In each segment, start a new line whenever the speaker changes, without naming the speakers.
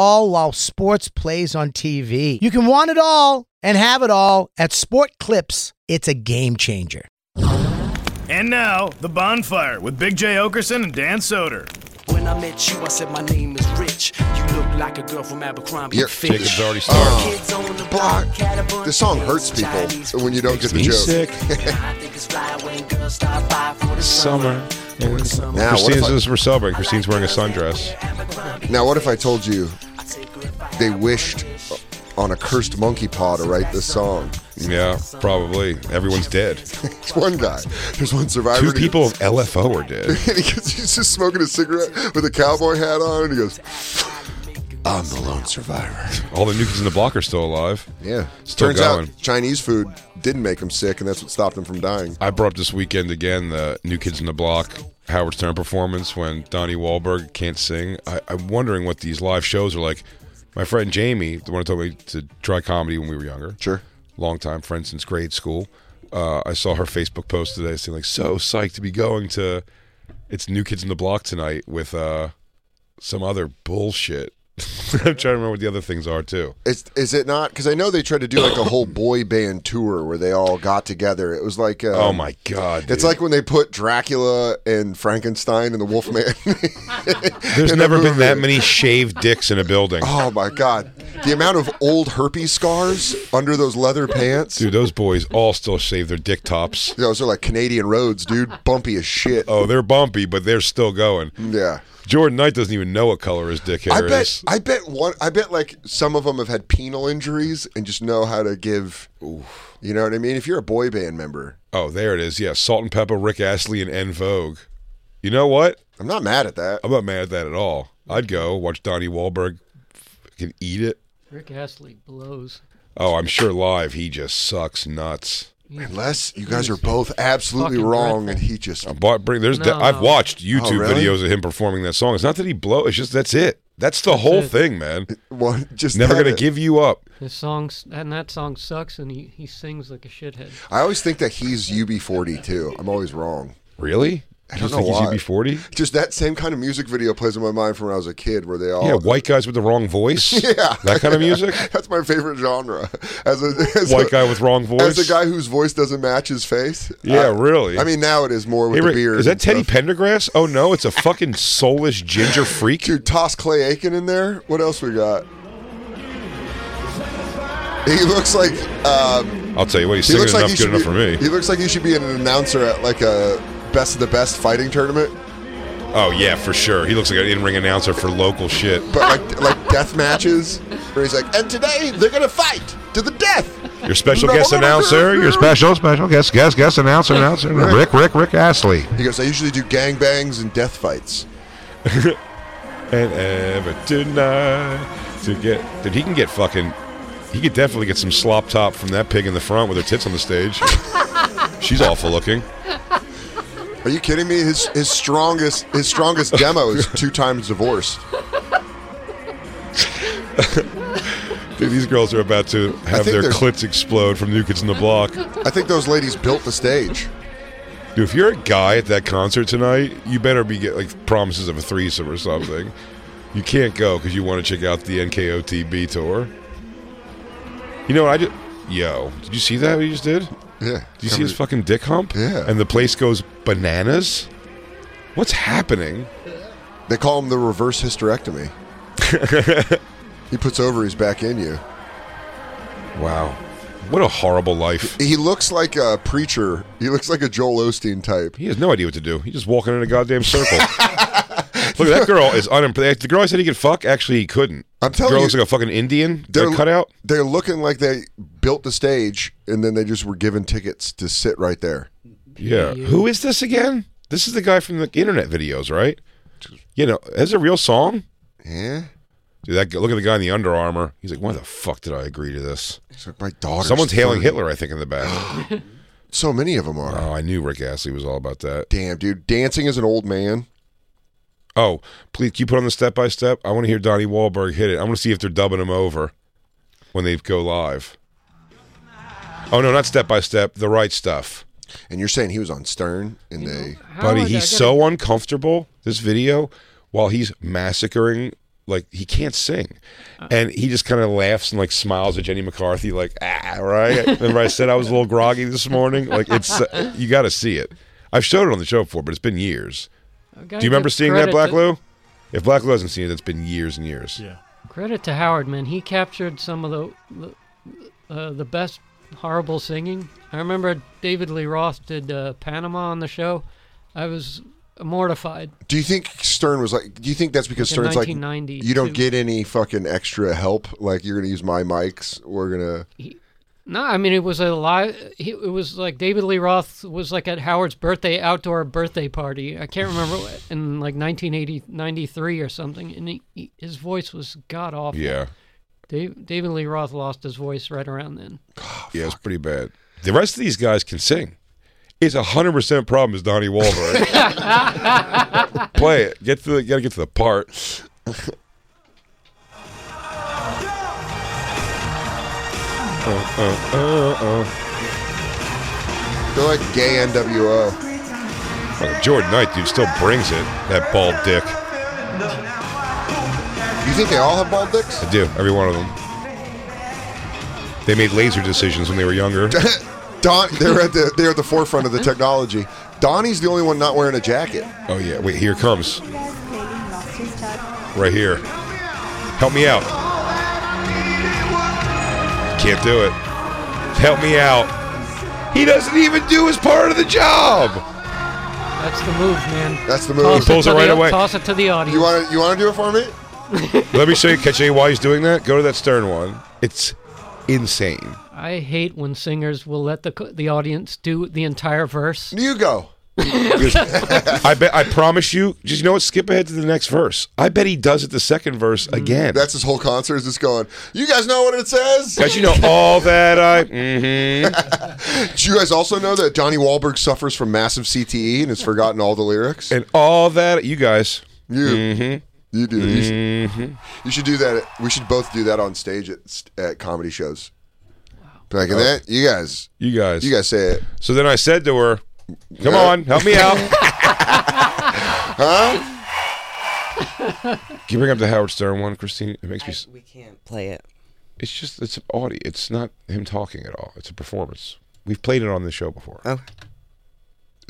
all while sports plays on TV. You can want it all and have it all at Sport Clips. It's a game changer.
And now, The Bonfire with Big J. Okerson and Dan Soder.
When I met you, I said my name is Rich. You look like a girl from Abercrombie.
Your
Fitch.
Jacob's already started.
Our Oh. kids on the block.
This song hurts people when you don't get the joke.
I think it's fly when girls stop by for the
Summer.
Now what, if
Christine's
I,
is we're celebrating. Christine's wearing a sundress.
now, what if I told you they wished on a cursed monkey paw to write this song?
Yeah, probably. Everyone's dead.
It's one guy. There's one survivor.
Two
and he-
people of LFO are dead.
and he gets, he's just smoking a cigarette with a cowboy hat on, and he goes, "I'm the lone survivor."
All the new kids in the block are still alive.
Yeah.
Still
Turns
going.
out Chinese food didn't make him sick, and that's what stopped him from dying.
I brought up this weekend again the New Kids in the Block Howard Stern performance when Donnie Wahlberg can't sing. I, I'm wondering what these live shows are like. My friend Jamie, the one who told me to try comedy when we were younger,
Sure.
longtime friend since grade school. Uh, I saw her Facebook post today saying like, "So psyched to be going to it's New Kids in the Block tonight with uh, some other bullshit." I'm trying to remember what the other things are too.
Is, is it not? Because I know they tried to do like a whole boy band tour where they all got together. It was like uh,
Oh my god!
It's
dude.
like when they put Dracula and Frankenstein and the Wolfman.
there's
in a
never been
movie.
that many shaved dicks in a building.
Oh my god, the amount of old herpes scars under those leather pants.
Dude, those boys all still shave their dick tops.
Those are like Canadian roads, dude. Bumpy as shit.
Oh, they're bumpy, but they're still going.
Yeah.
Jordan Knight doesn't even know what color his dick hair
I bet.
is.
I bet one. I bet like some of them have had penal injuries and just know how to give. You know what I mean? If you're a boy band member,
oh, there it is. Yeah, Salt and Pepper, Rick Astley, and En Vogue. You know what?
I'm not mad at that.
I'm not mad at that at all. I'd go watch Donnie Wahlberg fucking eat it.
Rick Astley blows.
Oh, I'm sure live he just sucks nuts.
Unless you guys are both absolutely
Fucking
wrong,
dreadful.
and he just
But bring, there's
No.
I've watched
Oh,
YouTube
really?
videos of him performing that song. It's not that he blow. It's just that's it. That's the whole
it.
thing, man.
well, just
Never
have
gonna
it.
give you up.
His songs and that song sucks, and he, he sings like a shithead.
I always think that he's UB40 too. I'm always wrong.
Really?
I
You
don't
just
know
think
why.
he's UB40?
Just that same kind of music video plays in my mind from when I was a kid, where they all
Yeah, white guys with the wrong voice.
Oh. Yeah.
that kind of music.
That's my favorite genre. As a as
White
a,
guy with wrong voice.
as a guy whose voice doesn't match his face.
Yeah,
I-
really.
I mean, now it is more with
Hey,
the
Rick,
beard.
is that
and
Teddy
stuff.
Pendergrass? Oh no, it's a fucking soulless ginger freak.
Dude, toss Clay Aiken in there. What else we got? He looks like um,
I'll tell you what, he's
he
singing
looks like
enough
he
good
should
enough
be,
for me.
He looks like he should be an announcer at like a best of the best fighting tournament,
oh yeah, for sure. He looks like an in-ring announcer for local shit.
but like like death matches where he's like, and today they're gonna fight to the death.
Your special guest announcer, your special special guest guest guest announcer announcer Rick Rick Rick Astley.
He goes, I usually do gangbangs and death fights.
And ever tonight to get dude, he can get fucking he could definitely get some slop top from that pig in the front with her tits on the stage. She's awful looking.
Are you kidding me? His his strongest his strongest demo is two times divorced.
Dude, these girls are about to
think
have their
they're-
clits explode from New Kids in the Block.
I think those ladies built the stage.
Dude, if you're a guy at that concert tonight, you better be get like promises of a threesome or something. You can't go because you want to check out the NKOTB tour. You know what I just? Yo, did you see that? What he just did? Did
Yeah.
you see his fucking dick hump?
Yeah.
And the place goes bananas. What's happening?
They call him the reverse hysterectomy. He puts over his back in you.
Wow. What a horrible life.
He looks like a preacher. He looks like a Joel Osteen type.
He has no idea what to do. He's just walking in a goddamn circle. Look, that girl is unimpressed. The girl I said he could fuck, actually, he couldn't.
I'm telling
the girl
you-
looks like a fucking Indian. They're
lo-
cut out.
They're looking like they built the stage and then they just were given tickets to sit right there.
Yeah. Who is this again? This is the guy from the internet videos, right? You know, that's a real song.
Yeah.
Dude, that guy- look at the guy in the Under Armour. He's like, why the fuck did I agree to this?
It's like my daughter.
Someone's hailing Hitler, I think, in the back.
So many of them are.
oh, I knew Rick Astley was all about that.
Damn, dude. Dancing as an old man.
Oh, please, can you put on the step by step? I want to hear Donnie Wahlberg hit it. I want to see if they're dubbing him over when they go live. Oh no, not step by step. The right stuff,
And you're saying he was on Stern and they.
How
buddy.
are they- I
He's
gotta-
so uncomfortable. This video, while he's massacring, like he can't sing, and he just kind of laughs and like smiles at Jenny McCarthy, like ah, right. Remember I said I was a little groggy this morning. Like it's uh, you got to see it. I've showed it on the show before, but it's been years.
I
Do
gotta
you remember
give
seeing that,
credit
Black
to-
Lou? If Black Lou hasn't seen it, it's been years and years.
Yeah.
Credit to Howard, man. He captured some of the the, uh, the best horrible singing. I remember David Lee Roth did uh, Panama on the show. I was mortified.
Do you think Stern was like. Do you think that's because
Like in
Stern's like.
1992.
You don't get any fucking extra help? Like, you're going to use my mics. We're going to.
No, I mean it was a live. he- It was like David Lee Roth was like at Howard's birthday outdoor birthday party. I can't remember what- in like 1980, 93 or something. And he, he- his voice was god awful.
Yeah.
Dave, David Lee Roth lost his voice right around then.
yeah, it's pretty bad. The rest of these guys can sing. It's a hundred percent problem is Donnie Wahlberg. Play it. Get to the gotta get to the part.
They're like gay NWO.
Fucking Jordan Knight, dude, still brings it. That bald dick.
You think they all have bald dicks?
I do, every one of them. They made laser decisions when they were younger.
Don, they're at the they're at the forefront of the technology. Donnie's the only one not wearing a jacket.
Oh yeah, wait, here it comes.
That's
Right here. Help me out. Can't do it. Help me out. He doesn't even do his part of the job.
That's the move, man.
That's the
Toss
move.
He pulls
to
it right
the,
away.
Toss it to the audience.
You want to you want to do it for me?
Let me show you, catch you while he's doing that. Go to that Stern one. It's insane.
I hate when singers will let the co- the audience do the entire verse.
You go.
I bet. I promise you. Just you know what? Skip ahead to the next verse. I bet he does it the second verse again.
Mm. That's his whole concert. Is just going. You guys know what it says.
because you know all that I.
Mm.
Mm-hmm.
Do you guys also know that Johnny Wahlberg suffers from massive CTE and has forgotten all the lyrics?
And all that you guys.
you you do. You, should, you should do that. at- We should both do that on stage at at comedy shows. Be Like and that, you guys,
You guys.
you guys say it.
So then I said to her, "Come on, help me out." huh? Can you bring up the Howard Stern one, Christine? It makes me. s
We can't play it.
It's just it's audio. It's not him talking at all. It's a performance. We've played it on the show before.
Oh,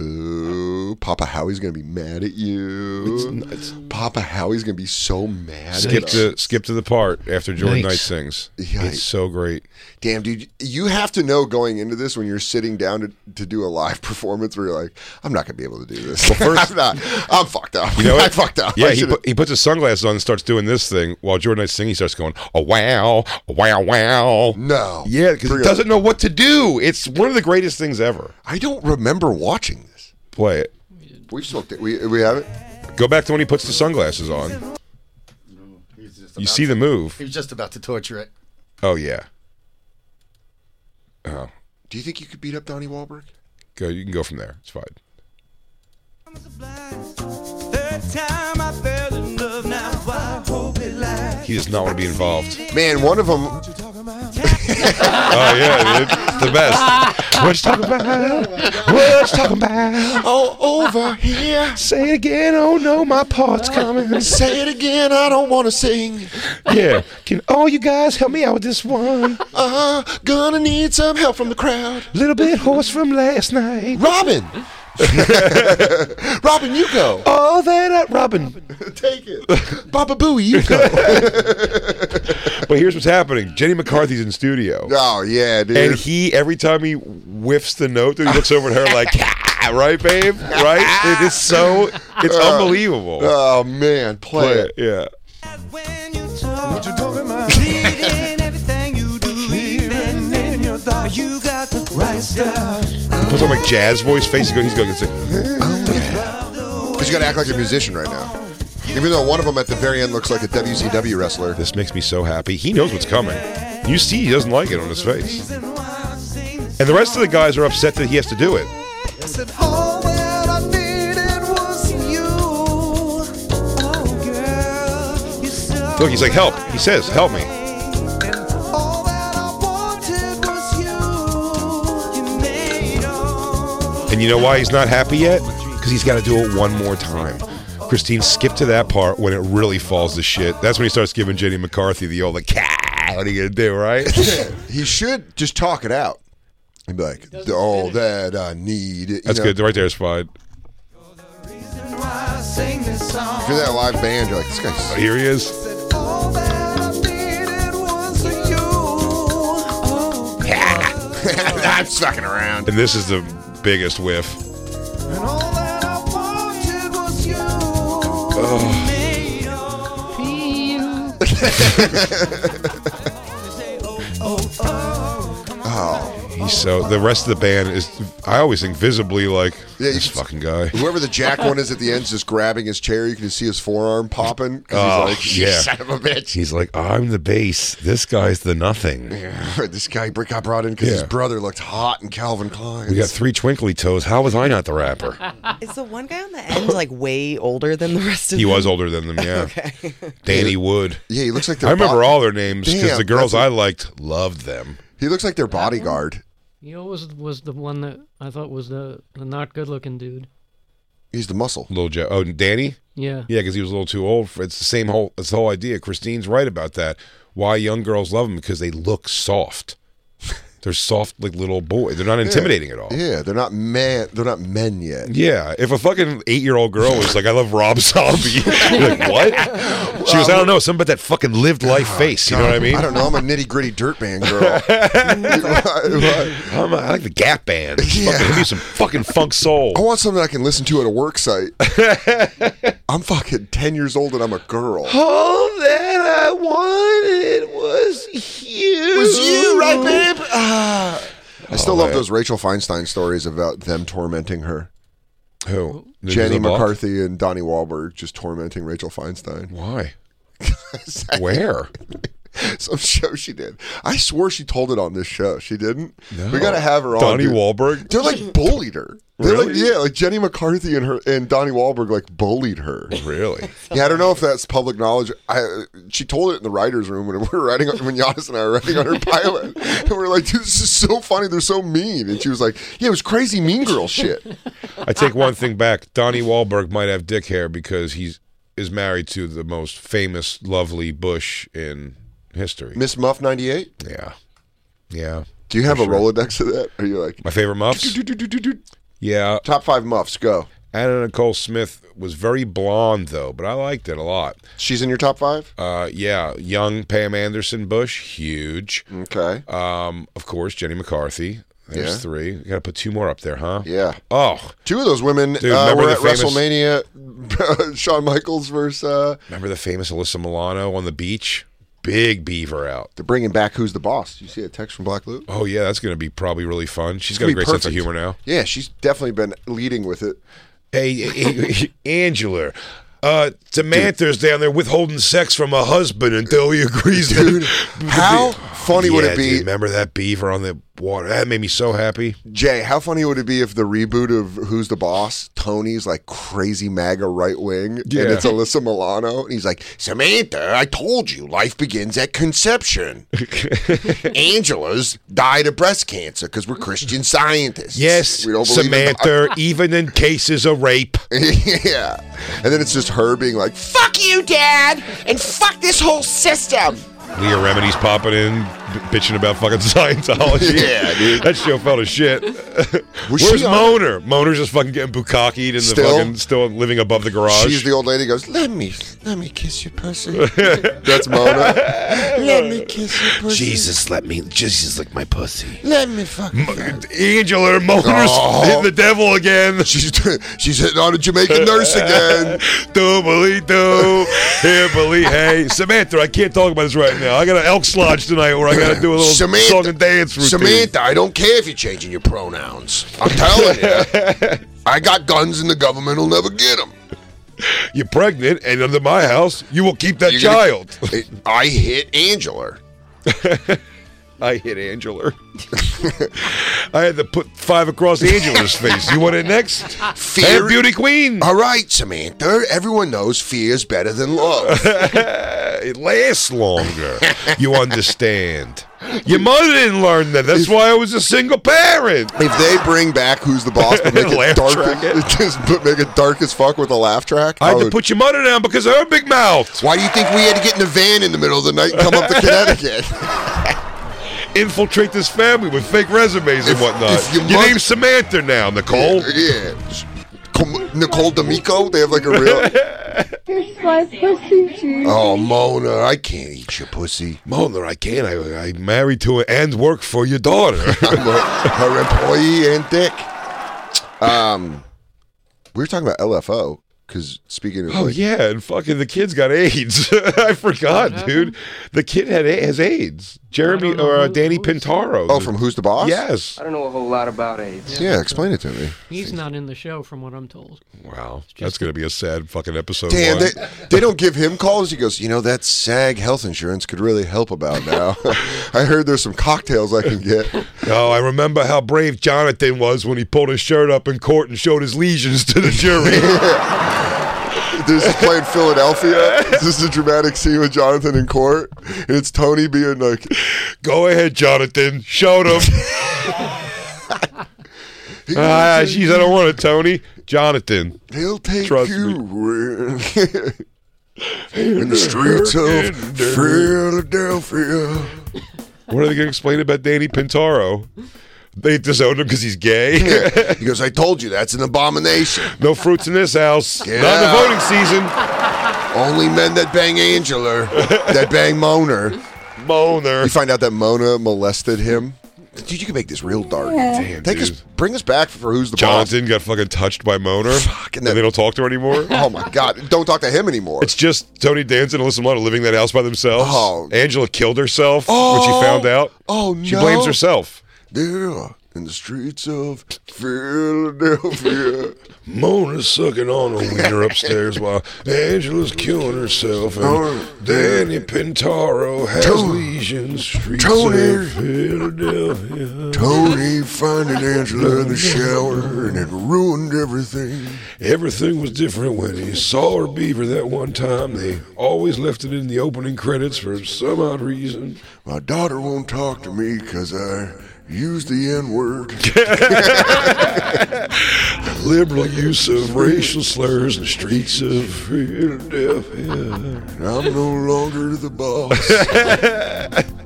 Oh.
Ooh, Papa Howie's gonna be mad at you. Papa Howie's gonna be so mad.
Skip
at
to skip to the part after Jordan
Yikes.
Knight sings.
Yikes.
It's so great.
Damn, dude, you have to know going into this when you're sitting down to, to do a live performance where you're like, I'm not gonna be able to do this.
first-
I'm not. I'm fucked up.
You know
I
what?
fucked up.
Yeah,
I
he,
should've-
put, he puts his sunglasses on and starts doing this thing while Jordan Knight's singing. He starts going, "Oh wow, oh, wow, wow."
no.
Yeah, because he
Bring it
doesn't
up.
know what to do. It's one of the greatest things ever.
I don't remember watching this.
Play it.
We've smoked it. We we haven't.
Go back to when he puts the sunglasses on. You see the move.
He was just about to torture it.
Oh yeah. Oh,
Do you think you could beat up Donnie Wahlberg?
go. You can go from there. It's fine. He does not want to be involved.
Man, one of them.
Oh yeah, dude. It's the best. What you talking about? What you talking about?
Oh, over here.
Say it again. Oh no, my part's coming.
Say it again. I don't want to sing.
Yeah. Can all you guys help me out with this one?
Uh, gonna need Uh-huh, some help from the crowd.
Little bit hoarse from last night.
Robin, Robin, you go.
Oh, that uh, Robin.
Take it. Baba Booey, you go.
But here's what's happening: Jenny McCarthy's in studio,
oh, yeah, dude.
and he every time he whiffs the note, dude, he looks over at her like, "Ah, right, babe, right? It is so, it's unbelievable.
oh, man. Play,
Play
it.
it, yeah. Puts on like jazz voice, face going, he's going, it's like,
Because you got to act like a musician right now. Even though one of them at the very end looks like a WCW wrestler.
this makes me so happy. He knows what's coming. You see, he doesn't like it on his face. And the rest of the guys are upset that he has to do it. Look, he's like, help. He says, help me. And you know why he's not happy yet? Because he's got to do it one more time. Christine skipped to that part when it really falls to shit. That's when he starts giving Jenny McCarthy the old, like, "Ca- what are you going to do, right?
he should just talk it out. He'd be like, all that I need. you
That's
know?
good. Right there is fine.
If you're that live band, you're like, this guy's.
Here he is. Oh,
I'm sucking around.
And this is the biggest whiff. Oh, He's so, the rest of the band is, I always think visibly like,
Yeah, you
this
just-
fucking guy.
Whoever the jack one is at the end is just grabbing his chair. You can just see his forearm popping. 'cause
Oh,
he's like,
yeah.
yeah. son of a bitch.
He's like, I'm the bass. This guy's the nothing.
this guy got brought in because
Yeah.
his brother looked hot in Calvin Klein.
We got three twinkly toes. How was I not the rapper?
Is the one guy on the end like way older than the rest of
He
them?
was older than them, yeah. Danny Wood.
yeah, he looks like their
I remember
bo-
all their names because
Damn,
the girls
that's-
I liked loved them.
He looks like their bodyguard.
You know, was was the one that I thought was the, the not good looking dude.
He's the muscle.
Little Joe. Oh, Danny?
Yeah.
Yeah, because he was a little too old. For, it's the same whole. It's the whole idea. Christine's right about that. Why young girls love them because they look soft. They're soft like little boys. They're not intimidating at all.
Yeah, they're not man. They're not men yet.
Yeah, if a fucking eight-year-old girl was like, "I love Rob Zombie," you're like what? She was, "I don't know, something about that fucking lived life face." You know what I mean?
Oh, I don't know. I'm a nitty gritty dirt man girl.
I'm a- I like the Gap Band.
Yeah.
Fucking, give me some fucking funk soul.
I want something I can listen to at a work site. I'm fucking ten years old and I'm a girl.
All that I wanted was you.
was you, right, babe? Ah. I still love those Rachel Feinstein stories about them tormenting her.
Who?
Jenny
Linda Block?
McCarthy and Donnie Wahlberg just tormenting Rachel Feinstein.
Why? Where?
Some show she did. I swore she told it on this show. She didn't. We gotta have her on.
Donnie
dude.
Wahlberg.
They're like bullied her. They're like
Really?
yeah, like Jenny McCarthy and her and Donnie Wahlberg like bullied her.
Really?
Yeah, I don't know if that's public knowledge. I she told it in the writers' room when we were writing when Giannis and I were writing on her pilot, and we were like, "Dude, this is so funny. They're so mean." And she was like, "Yeah, it was crazy mean girl shit."
I take one thing back. Donnie Wahlberg might have dick hair because he's is married to the most famous, lovely Bush in history.
Miss Muff ninety eight.
Yeah, yeah.
Do you have
For
a
sure.
Rolodex of that? Are you like
My favorite muffs. Yeah,
top five muffs? Go.
Anna Nicole Smith was very blonde though, but I liked it a lot.
She's in your top five.
Uh, yeah, young Pam Anderson Bush, huge.
Okay.
Um, of course, Jenny McCarthy. There's
Mm. Yeah.
three. You got to put two more up there, huh?
Yeah.
Oh,
Two of those women
Dude,
uh,
remember
were
the
at
famous-
WrestleMania. Shawn Michaels versus uh,
remember the famous Alyssa Milano on the beach? Big beaver out.
they're bringing back Who's the Boss. You see a text from Black Luke.
Oh yeah, that's going to be probably really fun. She's got
Be
a great sense of
perfect.
humor now.
Yeah, she's definitely been leading with it.
Hey, hey, Angela. Uh, Samantha's down there withholding sex from a husband until he agrees. Dude,
How funny would it be?
remember that beaver on the water? That made me so happy.
Jay, how funny would it be if the reboot of Who's the Boss, Tony's like crazy MAGA right wing,
Yeah.
and it's Alyssa Milano, and he's like, Samantha, I told you, life begins at conception. Angela's died of breast cancer because we're Christian scientists.
Yes,
we don't believe in
Samantha, even in cases of rape.
yeah. And then it's just her being like, fuck you, Dad, and fuck this whole system.
Leah Remedy's popping in, b- bitching about fucking Scientology.
Yeah, dude.
That show fell to shit.
Was
Where's
she on-
Moaner? Moaner's just fucking getting bukakied and the
Still?
fucking still living above the garage.
She's the old lady. Who goes. Let me, let me kiss your pussy. That's Mona. let me kiss your pussy.
Jesus, let me. Jesus, lick my pussy.
Let me fuck. you."
Angel or Moaner's
Oh.
hitting the devil again.
She's she's hitting on a Jamaican nurse again.
Doobly doo. Here, believe. Hey, Samantha, I can't talk about this right now. I got an elk lodge tonight where I got to do a little
Samantha,
song and dance routine.
Samantha, I don't care if you're changing your pronouns. I'm telling you, I got guns, and the government will never get them.
You're pregnant and under my house, you will keep that child.
I hit Angela.
I hit Angela. I had to put five across Angela's face. You want it next?
Fear-
Hey, beauty queen.
All right, Samantha. Everyone knows fear is better than love.
Uh, it lasts longer. You understand. Your mother didn't learn that. That's why I was a single parent.
If they bring back Who's the Boss, but make
Laugh
it dark,
track it.
just put- make it dark as fuck with a laugh track.
I had to
would-
put your mother down because of her big mouth.
Why do you think we had to get in a van in the middle of the night and come up to Connecticut?
Infiltrate this family with fake resumes and
If-
whatnot.
if your
your
mother-
name's Samantha now, Nicole.
yeah. Com- Nicole D'Amico, they have like a real. Oh, Mona, I can't eat your pussy.
Mother, I can't. I, I married to her and work for your daughter.
I'm a, her employee and dick. Um, we were talking about LFO because speaking of
Oh
like,
yeah, and fucking the kid's got AIDS. I forgot, dude. The kid had a- has AIDS. Jeremy
know
or uh,
who-
Danny
who's-
Pintaro.
oh, from Who's the Boss?
Yes.
don't know a whole lot about AIDS.
Yeah, explain it to me.
He's not in the show, from what I'm told.
Wow, that's gonna be a sad fucking episode.
Damn,
one.
they, they don't give him calls. He goes, you know, that SAG health insurance could really help about now. I heard there's some cocktails I can get.
Oh, I remember how brave Jonathan was when he pulled his shirt up in court and showed his lesions to the jury.
This is playing Philadelphia. This is a dramatic scene with Jonathan in court, and it's Tony being like,
Go ahead, Jonathan. Showed him. ah, jeez, I don't want it, Tony. Jonathan.
"They'll take
Trust
you
me.
where- in the streets of Philadelphia."
What are they gonna explain about Danny Pintaro? They disowned him because he's gay.
Yeah. He goes, "I told you that's an abomination.
No fruits in this house.
Get
Not in
out.
the voting season.
Only men that bang Angela, that bang Moner." You
Moaner.
find out that Mona molested him. Dude, you can make this real dark.
Damn,
Take us,
dude.
bring us back for who's the
Jonathan got fucking touched by Moaner.
Fuck, and
and
that-
they don't talk to her anymore.
boss. Oh my God! Don't talk to him anymore.
It's just Tony Danza and Alyssa Milano living in that house by themselves.
Oh.
Angela killed herself when she found out.
Oh,
She
no.
blames herself.
there in the streets of Philadelphia.
Mona's sucking on a wiener upstairs while Angela's killing herself.
Oh. Danny
Pintaro has
Tony.
lesions. Streets
Tony. of
Philadelphia.
Tony finding Angela in the shower and it ruined everything.
Everything was different when he saw her beaver that one time. They always left it in the opening credits for some odd reason.
My daughter won't talk to me because I used the N word.
Liberal use of racial slurs in the streets of Philadelphia.
I'm no longer the boss.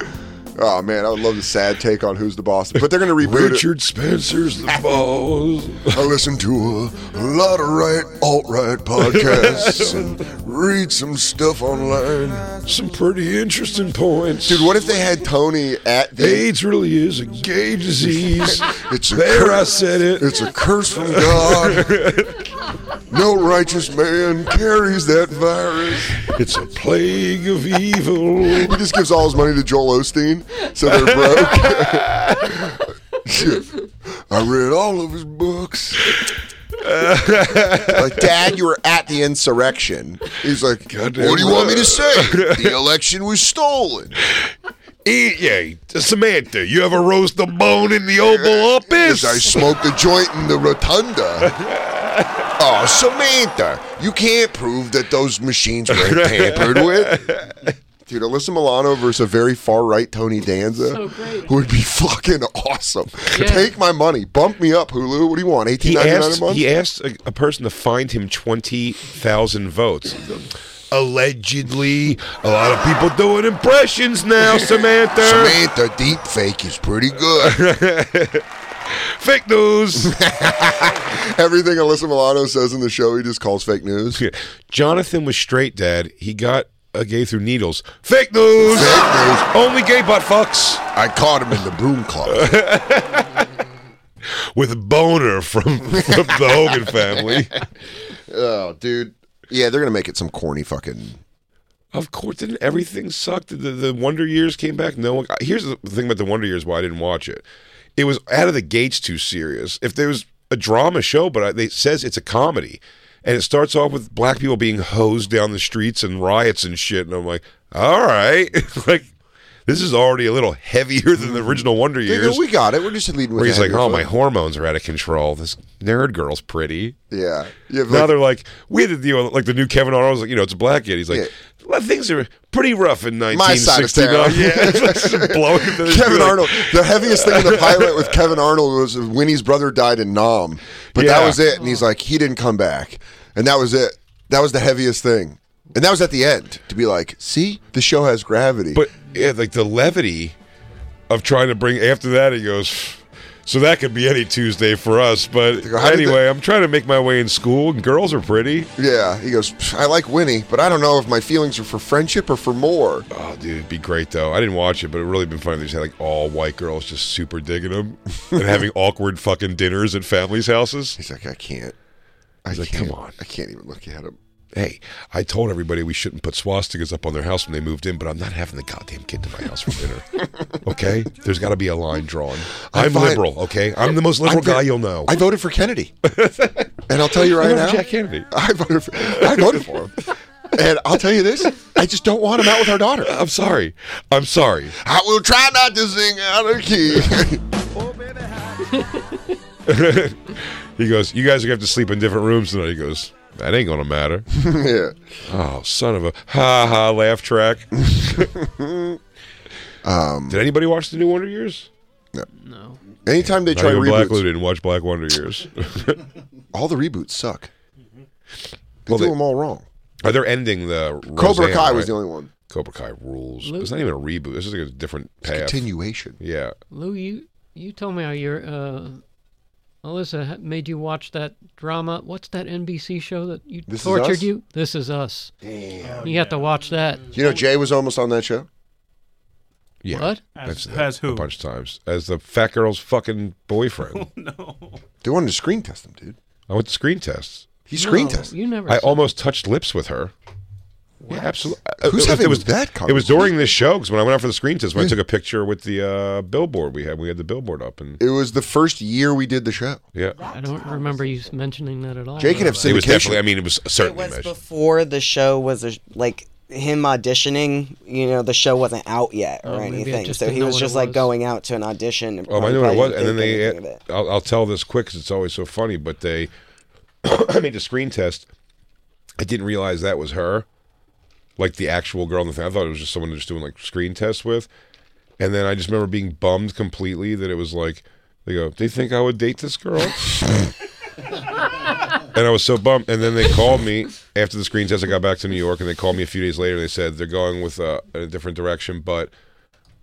oh man, I would love the sad take on who's the boss, but they're gonna reboot it.
Richard Spencer's the boss.
I listen to a, a lot of right alt right podcasts and read some stuff online.
Some pretty interesting points.
Dude, what if they had Tony at the?
AIDS really is a gay disease.
It's a
there, I
curse.
said it.
It's a curse from God. No righteous man carries that virus.
It's a plague of evil.
He just gives all his money to Joel Osteen, so they're broke. Shit. I read all of his books. like, Dad, you were at the insurrection. He's like,
Goddamn
What do you want me to
right."
say? The election was stolen.
Eat yay. E, Samantha, you ever roast a bone in the Oval Office?
Because I smoked a joint in the rotunda. Oh, Samantha, you can't prove that those machines were tampered with. Dude, Alyssa Milano versus a very far right Tony Danza
So great.
would be fucking awesome.
Yeah.
Take my money, bump me up, Hulu. What do you want? Eighteen
He
ninety nine a
asked,
month.
he asked a, a person to find him 20,000 votes. Allegedly, a lot of people doing impressions now, Samantha.
Samantha, deep fake is pretty good.
Fake news.
Everything Alyssa Milano says in the show, he just calls fake news. Fake
Jonathan was straight, Dad. He got a gay through needles. Fake news.
news.
Only gay butt fucks
I caught him in the broom closet.
with boner from, from the Hogan family.
oh, dude. Yeah, they're gonna make it some corny fucking.
Of course, didn't everything suck? The, the, the Wonder Years came back. No one. Here's the thing about the Wonder Years: why I didn't watch it. It was out of the gates too serious. If there was a drama show, but I, they it says it's a comedy, and it starts off with black people being hosed down the streets and riots and shit, and I'm like, all right, like this is already a little heavier than the original Wonder Years.
Dude, we got it. We're just leading with.
where he's
the
like, oh, my
heavy foot."
hormones are out of control. This nerd girl's pretty.
Yeah. You have,
Now
like,
they're like, we had to deal with like the new Kevin Arnold's like, you know, it's a black kid. He's like,
Yeah.
well, things are pretty rough in
My side of
1969.
town.
yeah, it's like just blowing it to the-
Kevin
like,
Arnold. The heaviest thing in the pilot with Kevin Arnold was Winnie's brother died in Nam, but that
Yeah.
was it. And he's like, he didn't come back, and that was it. That was the heaviest thing, and that was at the end to be like, see, the show has gravity.
But yeah, like the levity of trying to bring after that, he goes. So that could be any Tuesday for us, but
go, "How did
anyway, I'm trying to make my way in school, and girls are pretty.
yeah, he goes, "Pff, I like Winnie, but I don't know if my feelings are for friendship or for more.
Oh, dude, it'd be great though. I didn't watch it, but it really been fun. They just had like all white girls just super digging him and having awkward fucking dinners at families' houses.
He's like, I can't. I
He's like,
can't.
"Come on."
I can't even look at him.
hey, I told everybody we shouldn't put swastikas up on their house when they moved in, but I'm not having the goddamn kid to my house for dinner. okay? There's got to be a line drawn.
I
I'm
find-
liberal, okay? I'm the most liberal
I'm
guy
very-
you'll know.
I voted for Kennedy, and I'll tell you right
voted for
now,
Jack Kennedy.
I voted for, I voted for him, and I'll tell you this: I just don't want him out with our daughter.
I'm sorry. I'm sorry.
I will try not to sing out of key.
He goes, You guys are going to have to sleep in different rooms tonight. He goes, That ain't going to matter.
yeah.
Oh, son of a ha ha laugh track.
Um,
Did anybody watch the new Wonder Years?
Anytime they
Not
try
even Black Lou
reboots,
didn't watch Black Wonder Years.
all the reboots suck. They
Well,
do
they-
them all wrong.
Are they ending the
Cobra
Roseanne,
Kai was
right?
the only one.
Cobra Kai rules. It's not even a reboot. This is like a different path.
Continuation.
Yeah.
Lou, you you told me how your uh, Alyssa ha- made you watch that drama. What's that NBC show that you
This Is
tortured
Us?
you? This is us. Damn. You have to watch that.
You know, Jay was almost on that show.
Yeah.
What?
That's
As, as
A
who?
bunch of times. As the fat girl's fucking boyfriend.
They wanted to screen test him, dude.
I went to screen tests.
He screen
No,
tested.
You never.
I
said-
almost touched lips with her. Yeah, absolutely.
Who's
it,
having
it was,
that
It was
conversation?
during this show because when I went out for the screen test, when I took a picture with the uh, billboard we had, we had the billboard up and
It was the first year we did the show.
yeah,
I don't remember you mentioning that at all. Uh,
Jay could have
it was
syndication.
definitely. I mean, it was
It
certainly.
was
measured.
before the show was a, like him auditioning. You know, the show wasn't out yet or
Oh, maybe I
anything,
just
so
didn't
he
know
was
what
just
it
like
was.
going out to an audition. And
Oh, I
probably
know what it was, and
didn't
then
think
they.
anything of it.
I'll, I'll tell this quick because it's always so funny. But they, I made a screen test. I didn't realize that was her, like the actual girl in the thing. I thought it was just someone just doing like screen tests with. And then I just remember being bummed completely that it was like they go, they think I would date this girl. and I was so bummed. And then they called me after the screen test. I got back to New York, and they called me a few days later. They said they're going with uh, a different direction, but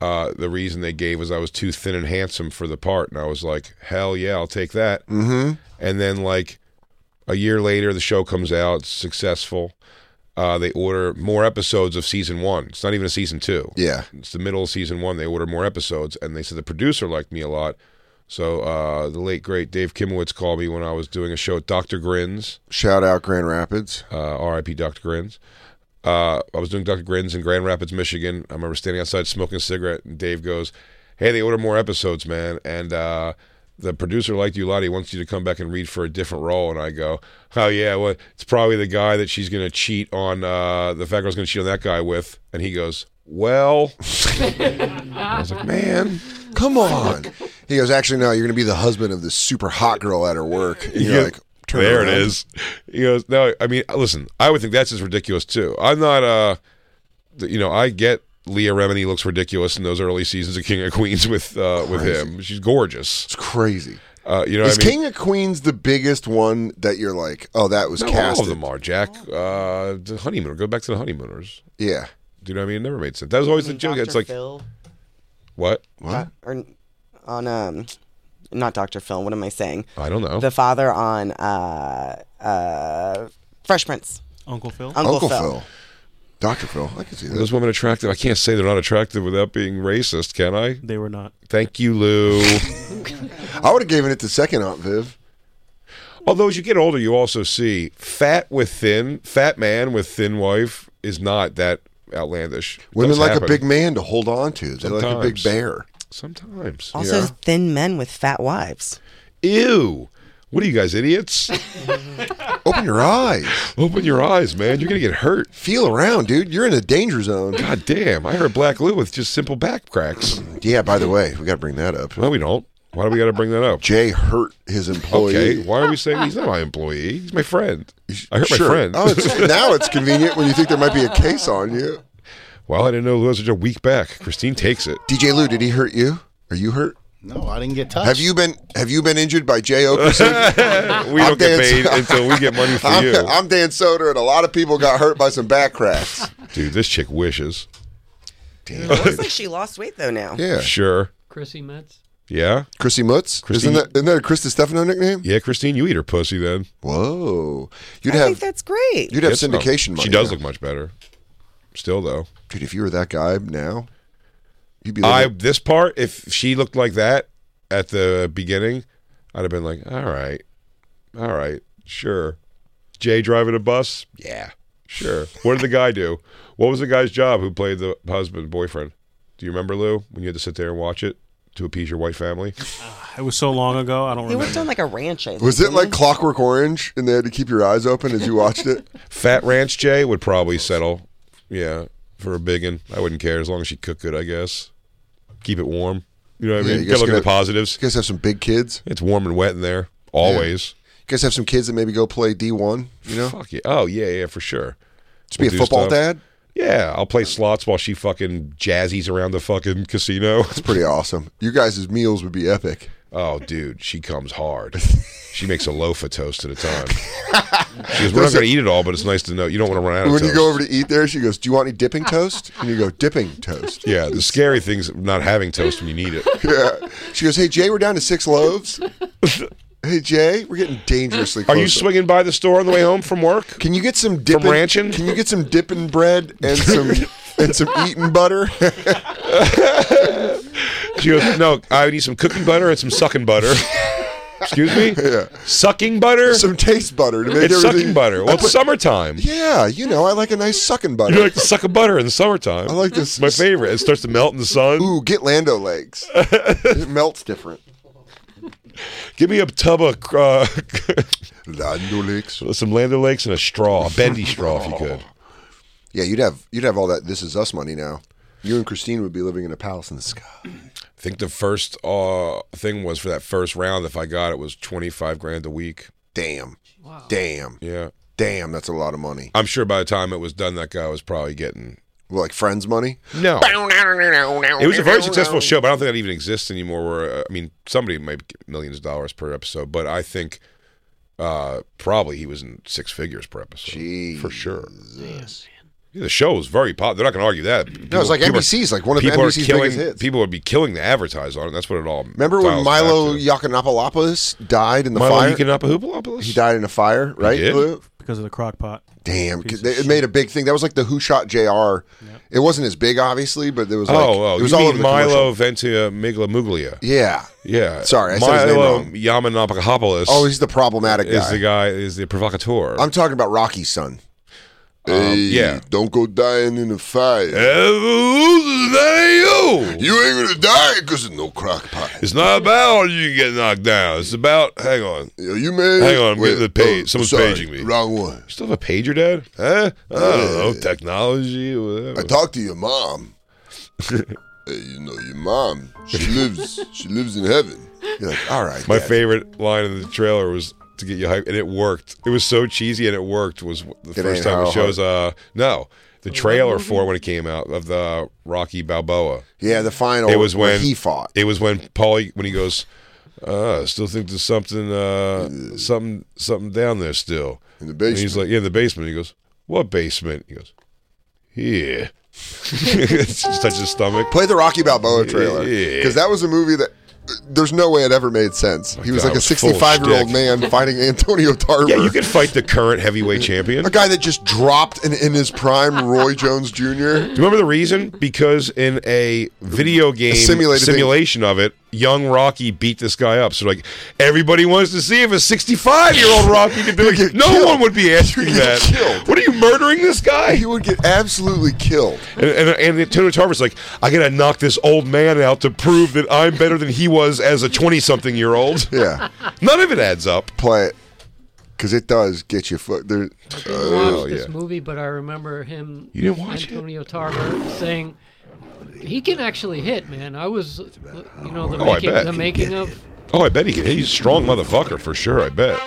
uh, the reason they gave was I was too thin and handsome for the part, and I was like, hell yeah, I'll take that. Mm-hmm. And then like a year later, the show comes out, it's successful. Uh, they order more episodes of season one. It's not even a season two.
Yeah.
it's the middle of season one. They order more episodes, and they said the producer liked me a lot. So uh, the late great Dave Kimowitz called me when I was doing a show at Doctor Grins
Shout out Grand Rapids.
uh, RIP Dr. Grins. Uh, I was doing Dr. Grins in Grand Rapids, Michigan. I remember standing outside smoking a cigarette, and Dave goes, Hey, they order more episodes, man. And uh, the producer liked you a lot. He wants you to come back and read for a different role. And I go, Oh, yeah, well, it's probably the guy that she's going to cheat on, uh, the fat girl's going to cheat on that guy with. And he goes, Well, I was like, Man.
Come on. he goes, actually, no, you're going to be the husband of this super hot girl at her work. And you're
Yeah.
like, turn
there it
around.
is. He goes, no, I mean, listen, I would think that's as ridiculous too. I'm not, uh, th- you know, I get Leah Remini looks ridiculous in those early seasons of King of Queens with uh, with him. She's gorgeous.
It's crazy.
Uh, you know,
is
what I mean?
King of Queens the biggest one that you're like, oh, that was
no, all
casted?
of them are Jack. Uh, the honeymooner. Go back to the honeymooners.
Yeah.
Do you know what I mean? It never made sense. That was always the joke.
Dr. Uh,
It's like
Phil
what?
What?
or on um not Dr. Phil. What am I saying?
I don't know.
The father on uh, uh, Fresh Prince,
Uncle Phil.
Uncle,
Uncle
Phil.
Phil. Dr. Phil. I can see that.
Those women attractive. I can't say they're not attractive without being racist, can I?
They were not.
Thank you, Lou.
I would have given it to second Aunt Viv.
Although as you get older, you also see fat with thin, fat man with thin wife is not that outlandish. It
Women
does
like a
happen.
big man to hold on to. They like a big
Sometimes.
bear.
Sometimes.
Also,
yeah.
thin men with fat wives.
Ew. What are you guys, idiots?
Open your eyes.
Open your eyes, man. You're going to get hurt.
Feel around, dude. You're in a danger zone.
God damn. I heard Black Lou with just simple back cracks.
Yeah, by the way, we got to bring that up.
No, we don't. Why do we got to bring that up?
Jay hurt his employee.
Okay. Why are we saying he's not my employee? He's my friend. I hurt
Sure.
my friend.
Oh, it's, now it's convenient when you think there might be a case on you.
well, I didn't know Lou was such a weak back. Christine takes it.
DJ Lou, did he hurt you? Are you hurt?
No, I didn't get touched.
Have you been Have you been injured by Jay Okerson?
We
I'm
don't get
dancing.
paid until we get money for
I'm,
you.
I'm Dan Soder, and a lot of people got hurt by some back cracks.
Dude, this chick wishes.
Looks like she lost weight though now.
Yeah,
Sure.
Chrissy Metz.
Yeah.
Chrissy Mutz.
Chrissy-
Isn't that isn't that a Chris Stefano nickname?
Yeah, Christine, you eat her pussy then.
Whoa, you'd
I
have
think that's great.
you'd have
Yes, no.
syndication money.
She does
now.
look much better. Still though.
dude. If you were that guy now, you'd be.
I
Like,
this part, if she looked like that at the beginning, I'd have been like, All right. All right, sure. Jay driving a bus? Yeah. Sure. What did the guy do? What was the guy's job who played the husband, boyfriend? Do you remember Lou when you had to sit there and watch it to appease your white family?
It was so long ago. I don't
He worked
remember.
on like a ranch. I think,
was it
didn't
like
he?
Clockwork Orange, and they had to keep your eyes open as you watched it?
Fat Ranch Jay would probably settle, yeah, for a biggin. I wouldn't care as long as she cooked good, I guess. Keep it warm. You know what
Yeah,
I
you
mean?
guys
Gotta look at
gotta-
the positives.
You guys have some big kids.
It's warm and wet in there always.
You guys have some kids that maybe go play D one. You know,
Fuck yeah! Oh yeah, yeah, for sure.
just be
We'll
a
do
football
stuff.
dad.
Yeah, I'll play slots while she fucking jazzies around the fucking casino.
It's pretty awesome. You guys' meals would be epic.
Oh, dude, she comes hard. She makes a loaf of toast at a time. She goes, "We're not gonna eat it all, but it's nice to know you don't want to run out of
when
toast."
you go over to eat there, she goes, "Do you want any dipping toast?" And you go, "Dipping toast."
yeah, the scary thing's not having toast when you need it.
Yeah. She goes, "Hey Jay, we're down to six loaves." hey Jay, we're getting dangerously.
Are
Close
you swinging by the store on the way home from work?
Can you get some dipping?
ranching?
Can you get some dipping bread and some and some eating butter?
She goes, no, I need some cooking butter and some sucking butter. Excuse me? Yeah. Sucking butter?
some taste butter to make
it's
everything.
sucking butter. Well, it's summertime.
Yeah, you know, I like a nice sucking butter.
You like to suck a butter in the summertime.
I like this-
It's my favorite. It starts to melt in the sun.
Ooh, get Lando legs. it melts different.
Give me a tub of uh,
Lando legs.
some Land O'Lakes and a straw, a bendy straw if you could.
Yeah, you'd have you'd have all that. This is us money now. You and Christine would be living in a palace in the sky.
I think the first uh, thing was for that first round, if I got it, was 25 grand a week.
Damn. Damn.
Yeah.
Damn, that's a lot of money.
I'm sure by the time it was done, that guy was probably getting
Well, like friends money?
No. It was a very successful show, but I don't think that even exists anymore. Where uh, I mean, somebody might get millions of dollars per episode, but I think uh, probably he was in six figures per episode for sure. Yeah, the show was very popular. They're not going to argue that. People-
it's like
people are-
NBC's, like one of
people are
NBC's
killing,
biggest hits.
People would be killing the advertise on it. That's what it all.
Remember when
dials back
Milo
to.
Yakinopoulos died in the
Milo
fire?
Yiannopoulos?
he died in a fire, right?
did?
Lou?
because of the crock pot.
Damn, 'cause
Piece of
they, it
shit.
made a big thing. That was like the Who Shot Jr. It wasn't as big, obviously, but there was like
oh, oh,
it was
you
all
mean
over the
Milo
commercial.
Ventia Miglamuglia?
Yeah,
Yeah.
Sorry, I said his name
Milo
wrong.
Yamanopoulos
Oh, he's the problematic guy.
is the guy is the provocateur.
I'm talking about Rocky's son.
Hey, Um, yeah.
don't go dying in a fire.
It's
You ain't gonna die because of no crock pot.
not about how you get knocked down. It's about hang on.
Are you mad?
Hang on, I'm getting the page. Someone's paging me.
Wrong one.
You still have a pager, Dad? Huh? I don't know. Technology, whatever.
talked to your mom. hey, you know your mom. She lives. She lives in heaven. You're like, all right.
My
Dad."
favorite line in the trailer was to get you hyped, and it worked. It was so cheesy, and it worked. Was the
ain't
first time
how
it shows. Uh, no, the trailer for it when it came out of the Rocky Balboa.
Yeah, the final.
It was
Oh, where
when
he fought.
It was when Paulie when he goes, uh, I still think there's something uh something something down there still.
In the
And he's
basement.
like, Yeah, in the basement. He goes, What basement? He goes, Here. Just touches his stomach.
Play the Rocky Balboa trailer
Yeah.
because that was a movie that there's no way it ever made sense.
Oh
he was
God, I
like a
was full of
65 year old
shtick.
man fighting Antonio Tarver.
Yeah, you could fight the current heavyweight champion.
a guy that just dropped in, in his prime Roy Jones Jr.
Do you remember the reason? Because in a video game
simulated thing.
simulation of it, young Rocky beat this guy up. So like everybody wants to see if a 65 year old Rocky could do it.
get
No
killed.
one would be asking
You get
that.
killed.
What are you murdering this guy?
He would get absolutely killed.
And and, and Antonio Tarver's like, I gotta knock this old man out to prove that I'm better than he was as a 20 something year old.
Yeah,
None of it adds up.
play it because it does get you foot there. uh,
I watched
yeah.
this movie, but I remember him.
You didn't watch it?
Antonio Tarver saying he can actually hit, man. I was, you know, the
Oh, I
making,
bet.
the making of.
Oh, I bet he can. He's a strong motherfucker for sure. I bet.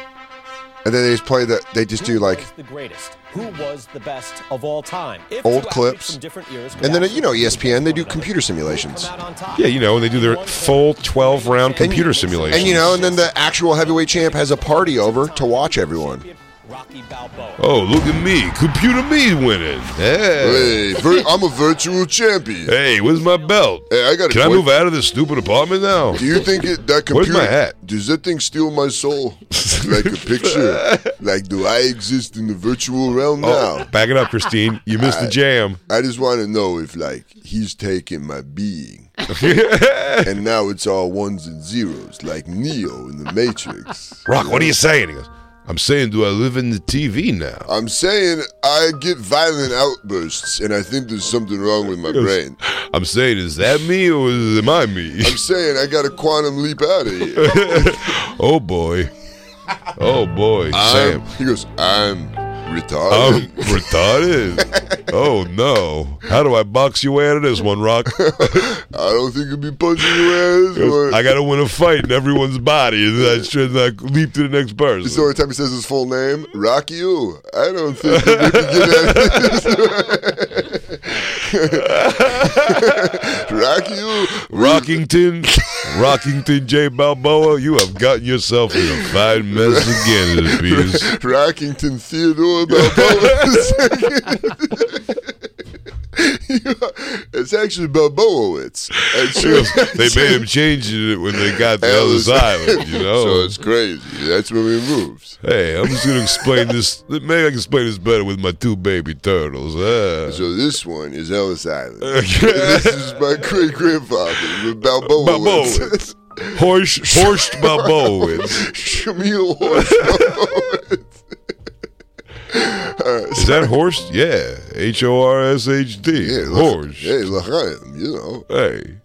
And then they just play that. They just do like
the greatest? Who was the best of all time? If
old
two athletes
clips,
from different eras could
and then
actually
you know E
compete
ESPN. They do
with one
computer
another,
simulations.
come out on top.
Yeah, you know, and they do their full 12 round computer simulation.
And you know, and then the actual heavyweight champ has a party over to watch everyone.
Rocky Balboa.
Oh, look at me. Computer me winning. Hey.
Hey, vir- I'm a virtual champion.
Hey, where's my belt?
Hey, I got a
Can I
point.
move out of this stupid apartment now?
Do you think it, that
Where's
computer?
my hat?
Does that thing steal my soul? like a picture? Like, do I exist in the virtual realm
Oh,
now?
back it up, Christine. You missed the jam.
I just want to know if, like, he's taking my being. and now it's all ones and zeros, like Neo in the Matrix.
Rock, what are you saying? He goes, I'm saying, do I live in the TV now?
I'm saying I get violent outbursts, and I think there's something wrong with my brain.
I'm saying, is that me or is- am I me?
I'm saying I got a quantum leap out of here.
oh, boy. Oh, boy.
I'm,
Sam.
he goes, I'm
I'm
retarded.
Um.
retarded. Oh, no. How do I box you out of this one, Rock?
I don't think he'll be punching your ass. Or...
I got to win a fight in everyone's body, and I should not leap to the next person.
It's the only time he says his full name, Rocky U. I don't think we can get out of this. Rocky U.
Rockington, Rockington J Balboa, you have gotten yourself in a fine mess again, it appears.
Rockington Theodore Balboa. it's actually Balboowitz. And so-
They made him change it when they got to the
That
other
was-
side, you
So
know.
it's crazy. That's when we moves.
hey, I'm just gonna explain this. Maybe I can explain this better with my two baby turtles. Uh.
So this one is Ellis Island. this is my great grandfather, Balboa.
Balboa. Horst, Horst Balboowitz.
Shamil Horst.
Is that Horst? Yeah, H O R S H D.
Yeah,
Horst.
Hey, L'chaim, you know.
Hey.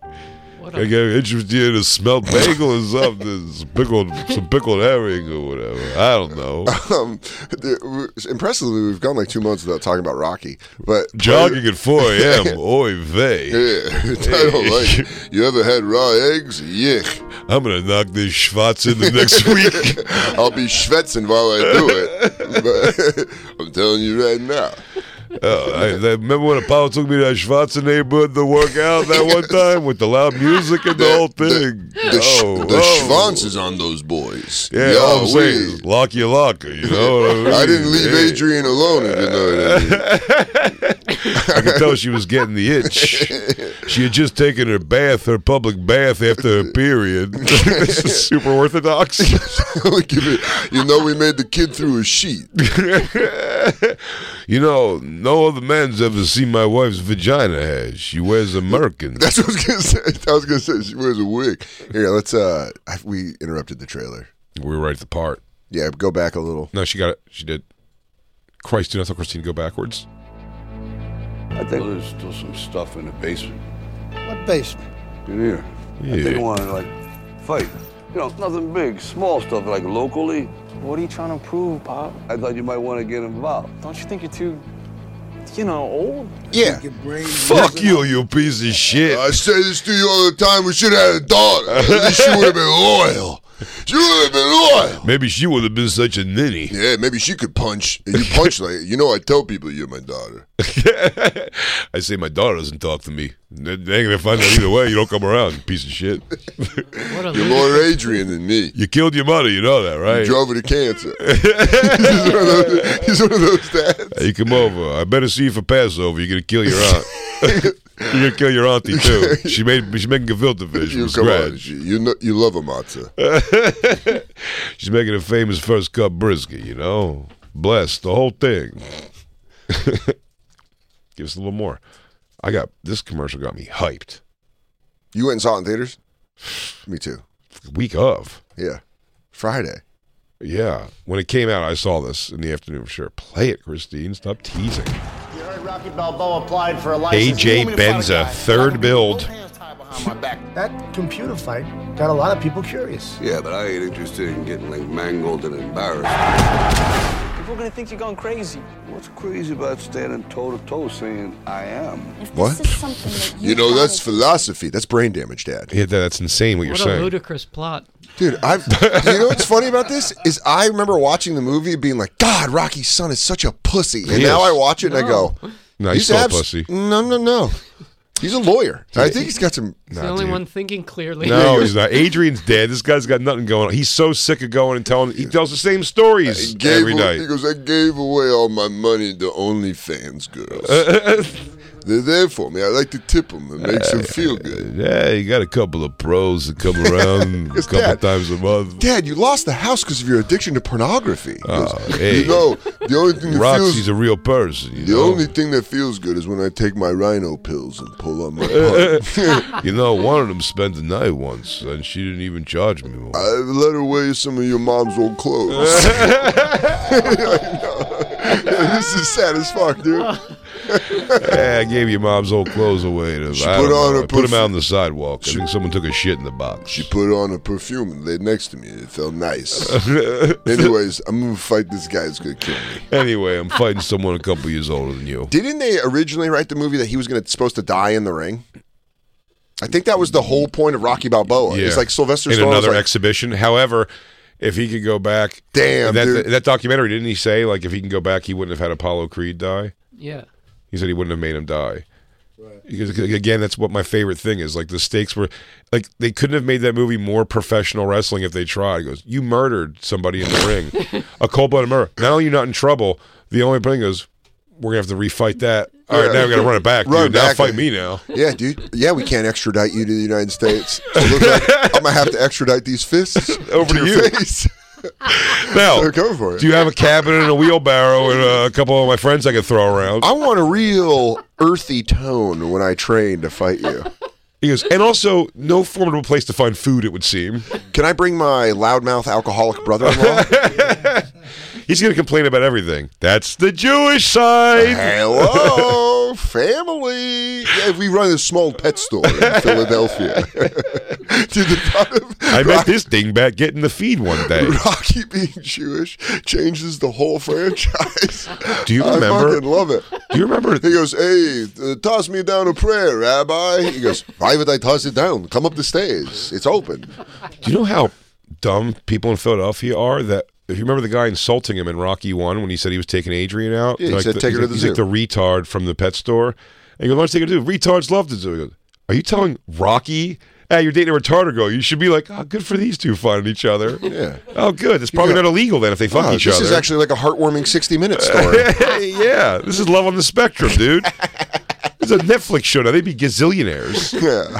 What
I
a,
got interested in a smelt bagel or something, some pickled, some pickled herring or whatever. I don't know.
Um, there- w- impressively, we've gone like two months without talking about Rocky, but
Jogging at 4 a.m. Oy vey.
Yeah, I don't like. it. You ever had raw eggs? Yuck.
I'm gonna knock this schvatz in the next week.
I'll be schwitzing while I do it. But I'm telling you right now.
Oh, I, I remember when Apollo took me to that schvatz neighborhood to work out that one time with the loud music and the whole thing.
The, sh-
oh,
the
oh.
schwanz is on those boys.
Yeah, all I'm
Yahweh.
saying is lock your locker. You know what I mean?
I didn't leave
Hey,
Adrian alone, if you know what I mean.
I could tell she was getting the itch. She had just taken her bath, her public bath after her period. this is super orthodox.
I'll give it- you know, we made the kid through a sheet.
you know, no other man's ever seen my wife's vagina hair. She wears a merkin.
That's what I was gonna say. I was gonna say she wears a wig. Here, let's. uh I, We interrupted the trailer.
We were right at the part.
Yeah, go back a little.
No, she got it. She did. Christ, do not tell Christine to go backwards.
I think there's still some stuff in the basement.
What basement?
In here. I think I
Yeah.
want to, like, fight. You know, nothing big, small stuff, like locally.
What are you trying to prove, Pop?
I thought you might want to get involved.
Don't you think you're too, you know, old?
Yeah.
Fuck you, you piece of shit.
I say this to you all the time. We should have had a daughter. At least she would have been loyal. She would have been loyal.
Maybe she would have been such a ninny.
Yeah, maybe she could punch. You punch like you know. I tell people you're my daughter.
I say my daughter doesn't talk to me. They ain't gonna find out either way. You don't come around, you piece of shit.
what a
You're
loser.
more Adrian than me.
You killed your mother, you know that, right?
Drove her to cancer. he's, one of those, he's one of those dads.
Hey, you come over. I better see you for Passover. You're gonna kill your aunt.
You're gonna kill your auntie too. She made she's making gefilte fish
You
from
come on,
scratch.
you you, know, you love a matzah.
She's making a famous first cup brisket. You know, bless the whole thing. Give us a little more. I got this commercial got me hyped.
You went and saw it in theaters. Me too.
Week of.
Yeah, Friday.
Yeah, when it came out, I saw this in the afternoon for sure. Play it, Christine. Stop teasing.
Rocky Balboa applied for a license. You
AJ
want me to fight a
Benza,
guy?
third build.
That computer fight got a lot of people curious.
Yeah, but I ain't interested in getting like mangled and embarrassed.
People are gonna think you're going crazy.
What's crazy about standing toe to toe saying I am?
What? You know that's philosophy. That's brain damage, Dad.
Yeah, that's insane what
What a ludicrous plot.
Dude, I've you know what's funny about this is I remember watching the movie and being like, God, Rocky's son is such a pussy. And
He
now
is.
I watch it and I go,
No, he's still a pussy.
No, no, no. He's a lawyer. I think he's got some.
He's the only one thinking clearly.
No, he's not. Adrian's dead. This guy's got nothing going on. He's so sick of going and telling. He tells the same stories
Gave
every
a-
night.
He goes, I gave away all my money to OnlyFans
Uh.
girls. They're there for me. I like to tip them. It makes
Uh,
them feel good.
Yeah, you got a couple of pros that come around a
It's
couple
Dad.
times a month.
Dad, you lost the house because of your addiction to pornography. He goes,
Oh, hey.
You know, the only thing that
Roxy's
feels
a real person. You
the
know?
only thing that feels good is when I take my rhino pills and pull on my butt.
you know, one of them spent the night once, and she didn't even charge me more.
I let her wear some of your mom's old clothes. this is sad as fuck, dude.
Yeah, I gave your mom's old clothes away. To,
She
I put
put on
on
her
put them
perf-
out on the sidewalk. I think someone took a shit in the box.
She put on a perfume and laid next to me. It felt nice. Anyways, I'm gonna fight this guy who's gonna kill me.
Anyway, I'm fighting someone a couple years older than you.
Didn't they originally write the movie that he was gonna supposed to die in the ring? I think that was the whole point of Rocky Balboa. It's like Sylvester
in
Stallone. was
another
like,
exhibition. However, if he could go back,
Damn,
that,
dude.
that documentary didn't he say like if he can go back, he wouldn't have had Apollo Creed die.
Yeah.
He said he wouldn't have made him die. Because again, that's what my favorite thing is. Like the stakes were, like they couldn't have made that movie more professional wrestling if they tried. It goes, you murdered somebody in the ring, a cold blooded murder. Not only you're not in trouble, the only thing is we're gonna have to refight that. All right,
Yeah.
now we gotta run it back.
Run
dude.
it
Now
back.
fight me now.
Yeah, dude. Yeah, we can't extradite you to the United States. So it looks like I'm gonna have to extradite these fists
Over to
your
you.
face.
Now,
They're coming for it.
do you have a cabin and a wheelbarrow and uh, a couple of my friends I could throw around?
I want a real earthy tone when I train to fight you.
He goes, and also no formidable place to find food. It would seem.
Can I bring my loudmouth alcoholic brother-in-law?
He's gonna complain about everything. That's the Jewish side.
Hello, family. Yeah, we run a small pet store in Philadelphia. Dude, the thought of
I met this dingbat getting the feed one day.
Rocky being Jewish changes the whole franchise.
Do you
I
remember-
fucking love it.
Do you remember?
He goes, "Hey, uh, toss me down a prayer, Rabbi." He goes, "Why would I toss it down? Come up the stairs. It's open."
Do you know how dumb people in Philadelphia are? That if you remember the guy insulting him in Rocky One when he said he was taking Adrian out,
Yeah, he said,
the,
"Take her to
he's
the
he's like
zoo."
the retard from the pet store. And you go, "Let's take her to the zoo." Retards love the zoo. He goes, are you telling Rocky? Hey, you're dating a retarded girl. You should be like, oh, good for these two finding each other.
Yeah.
Oh, good. It's probably
Yeah.
not illegal then if they fuck
Wow,
each
this
other.
is actually like a heartwarming sixty-minute story.
yeah, this is love on the spectrum, dude. It's a Netflix show now. They'd be gazillionaires.
yeah.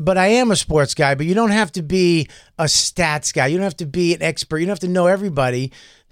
but I am a sports guy. But you don't have to be a stats guy. You don't have to be an expert. You don't have to know everybody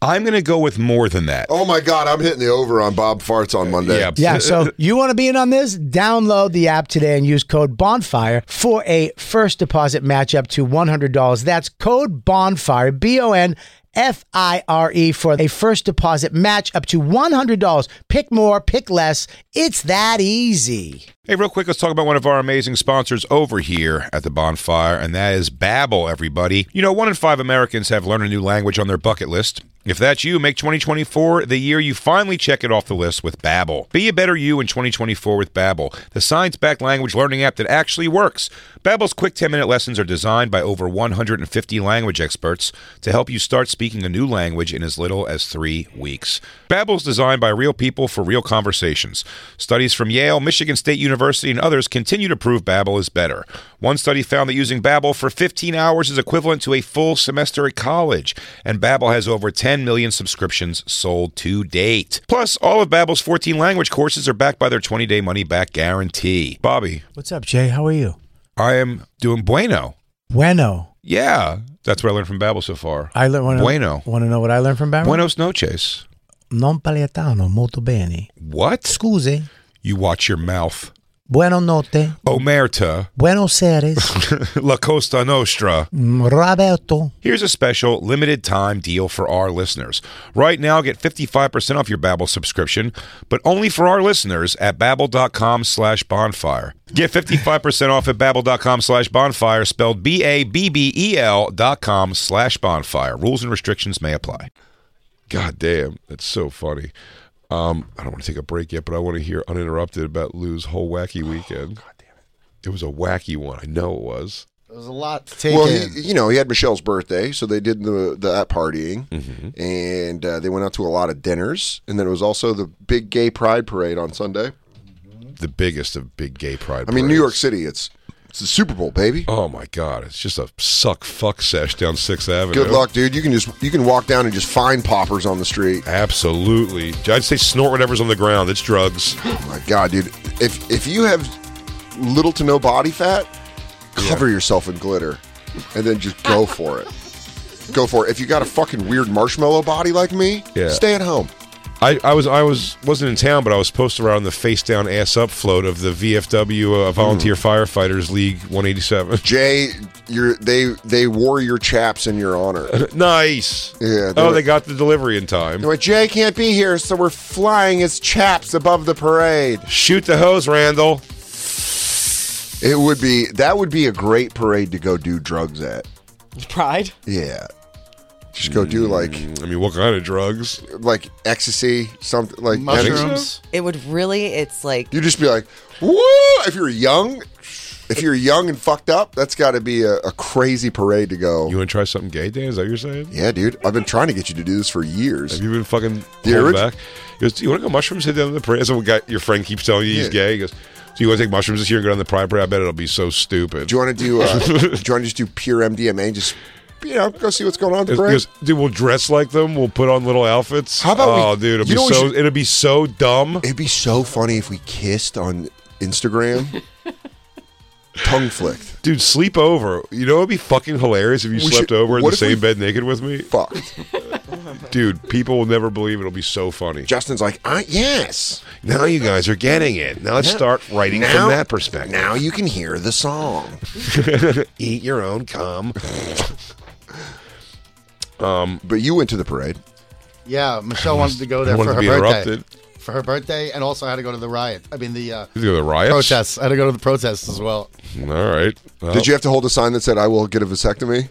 I'm going to go with more than that.
Oh my God, I'm hitting the over on Bob Farts on Monday.
Yeah.
Yeah, so you want to be in on this? Download the app today and use code BONFIRE for a first deposit match up to $100. That's code BONFIRE, B O N F I R E, for a first deposit match up to $100. Pick more, pick less. It's that easy.
Hey, real quick, let's talk about one of our amazing sponsors over here at the bonfire, and that is Babbel, everybody. You know, one in five Americans have learned a new language on their bucket list. If that's you, make 2024 the year you finally check it off the list with Babbel. Be a better you in 2024 with Babbel, the science-backed language learning app that actually works. Babbel's quick 10-minute lessons are designed by over 150 language experts to help you start speaking a new language in as little as 3 weeks. Babbel's designed by real people for real conversations. Studies from Yale, Michigan State University, and others continue to prove Babbel is better. One study found that using Babbel for 15 hours is equivalent to a full semester at college, and Babbel has over 10 million subscriptions sold to date. Plus, all of Babbel's 14 language courses are backed by their 20-day money-back guarantee. Bobby,
What's up, Jay? How are you?
I am doing bueno.
Bueno.
Yeah, that's what I learned from Babbel so far.
I learned
bueno.
Want to know what I learned from Barry?
Buenos noches.
Non paletano, molto bene.
What?
Scusi.
You watch your mouth.
Bueno notte.
Omerta.
Buenos Aires.
La Costa Nostra.
Roberto.
Here's a special limited time deal for our listeners. Right now, get 55% off your Babbel subscription, but only for our listeners at babbel.com slash bonfire. Get 55% off at babbel.com slash bonfire, spelled B-A-B-B-E-L E dot com slash bonfire. Rules and restrictions may apply. God damn, that's so funny. Um, I don't want to take a break yet, but I want to hear uninterrupted about Lou's whole wacky weekend. God damn it. It was a wacky one. I know it was.
There's a lot to
Well, he, you know, he had Michelle's birthday, so they did the, the that partying,
Mm-hmm.
and uh, they went out to a lot of dinners, and then it was also the big gay pride parade on Sunday.
The biggest of big gay pride
I mean, New
parades.
York City, it's it's the Super Bowl, baby.
Oh my God! It's just a suck fuck sesh down Sixth Avenue.
Good luck, dude. You can just you can walk down and just find poppers on the street.
Absolutely, I'd say snort whatever's on the ground. It's drugs.
Oh my god, dude! If if you have little to no body fat, cover yourself in glitter, and then just go for it. Go for it. If you got a fucking weird marshmallow body like me,
Yeah.
stay at home.
I, I was I was wasn't in town, but I was posted around the face down ass up float of the VFW uh, Volunteer
Hmm.
Firefighters League 187.
Jay, you're they they wore your chaps in your honor.
nice.
Yeah.
oh,
were-
they got the delivery in time.
They went, Jay can't be here, so we're flying his chaps above the parade.
Shoot the hose, Randall.
It would be that would be a great parade to go do drugs at.
Pride?
Yeah. Just go do like.
I mean, what kind of drugs?
Like ecstasy, something like
Mushrooms. It would really. It's like
you just be like, woo! If you're young, if you're young and fucked up, that's got to be a, a crazy parade to go.
You want to try something gay, Dan? Is that what you're saying?
Yeah, dude. I've been trying to get you to do this for years.
Have you been fucking
The
pulled
orig-
back? He goes, "Do you want to go mushrooms? Hit down to the parade." That's what guy, your friend keeps telling you he's
Yeah.
gay. He goes, "So you want to take mushrooms this year and go down the pride parade? I bet it'll be so stupid."
Do you want to do? Uh, do you want to just do pure MDMA? Just you know, go see what's going on. at The
He
parade.
goes, dude, we'll dress like them. We'll put on little outfits.
How about
Oh,
we,
dude,
you know
it'll be
what we
so.
should-
it'll be so dumb.
It'd be so funny if we kissed on Instagram. Tongue flicked.
Dude, sleep over. You know it'd be fucking hilarious if you
We
slept
should-
over in
what
the
if we-
same bed naked with me.
Fuck.
Dude, people will never believe it. it'll be so funny.
Justin's like, uh, yes.
Now you guys are getting it. Now let's
Now-
start writing
now-
from that perspective.
Now you can hear the song.
Eat your own cum.
um, but you went to the parade.
Yeah, Michelle wanted to go
I
there
wanted
for
to
her
be
birthday.
interrupted.
For her birthday, and also I had to go to the riot. I mean the uh,
You go to the riots?
protests. I had to go to the protests as well.
All right. Well,
Did you have to hold a sign that said, "I will get a vasectomy"?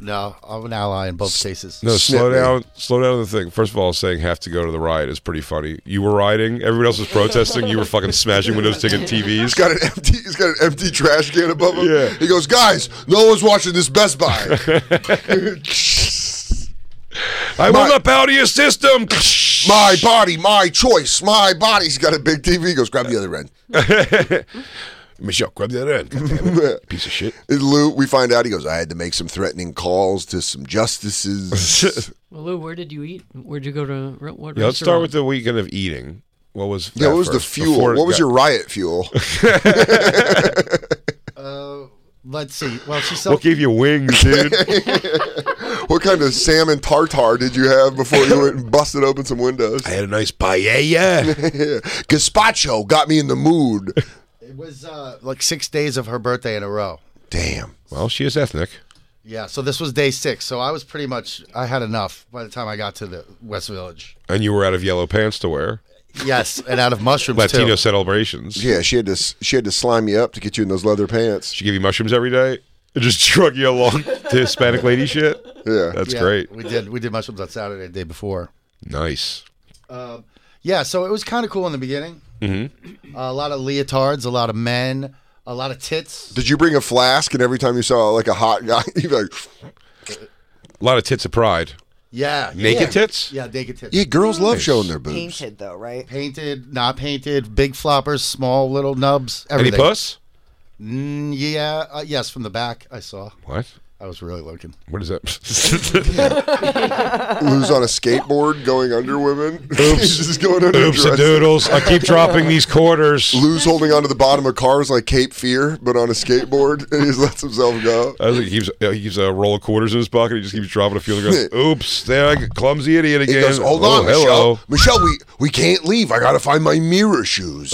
No, I'm an ally in both cases.
No, slow down. Slow down on the thing. First of all, saying have to go to the riot is pretty funny. You were rioting. Everybody else was protesting. You were fucking smashing windows, taking TVs.
He's got an empty. He's got an empty trash can above him.
Yeah.
He goes, "Guys, no one's watching this Best Buy."
I will not bow to your system.
My body, my choice, my body. He's got a big TV. He goes, "Grab the other end."
Michelle, grab the other end. Piece of shit.
And Lou, we find out he goes, "I had to make some threatening calls to some justices."
Well, Lou, where did you eat? Where'd you go to? re- What
Yeah, let's start
restaurant?
with the weekend of eating. What was
yeah,
that
what was the
first?
fuel?
Before it
What was
got-
your riot fuel?
Uh, let's see. Well, she sold.
What gave you wings, dude?
what kind of salmon tartar did you have before you went and busted open some windows? I
had a nice paella.
Gazpacho got me in the mood.
It was uh, like six days of her birthday in a row.
Damn.
Well, she is ethnic.
Yeah, so this was day six. So I was pretty much I had enough by the time I got to the West Village.
And you were out of yellow pants to wear.
Yes, and out of mushrooms
Latino
too.
celebrations.
Yeah, she had to she had to slime you up to get you in those leather pants.
She gave you mushrooms every day. And just drug you along to Hispanic lady shit.
Yeah.
That's
Yeah,
great.
We did we did mushrooms on Saturday the day before.
Nice.
Uh, yeah, so it was kind of cool in the beginning.
hmm
a lot of leotards, a lot of men, a lot of tits.
Did you bring a flask? And every time you saw like a hot guy, you'd be like,
A lot of tits of pride.
Yeah,
Naked
yeah.
tits?
Yeah, naked tits.
"Yeah, girls love
Nice.
showing their boobs."
painted though, right? Painted, not painted, big floppers, small little nubs, everything.
Any puss?
Mm, yeah, uh, yes, from the back I saw.
What?
I was really looking.
What is that?
Lou's on a skateboard going under women. He's just going under
Oops and
dresses.
doodles. I keep dropping these quarters.
Lou's holding onto the bottom of cars like Cape Fear, but on a skateboard, and he just lets himself go.
I think he keeps uh, he keeps a roll of quarters in his pocket. He just keeps dropping a few. and goes, Oops, there, I get clumsy idiot
He
again.
goes, "Hold
Oh,
on, Michelle. Michelle, we we can't leave. I gotta find my mirror shoes."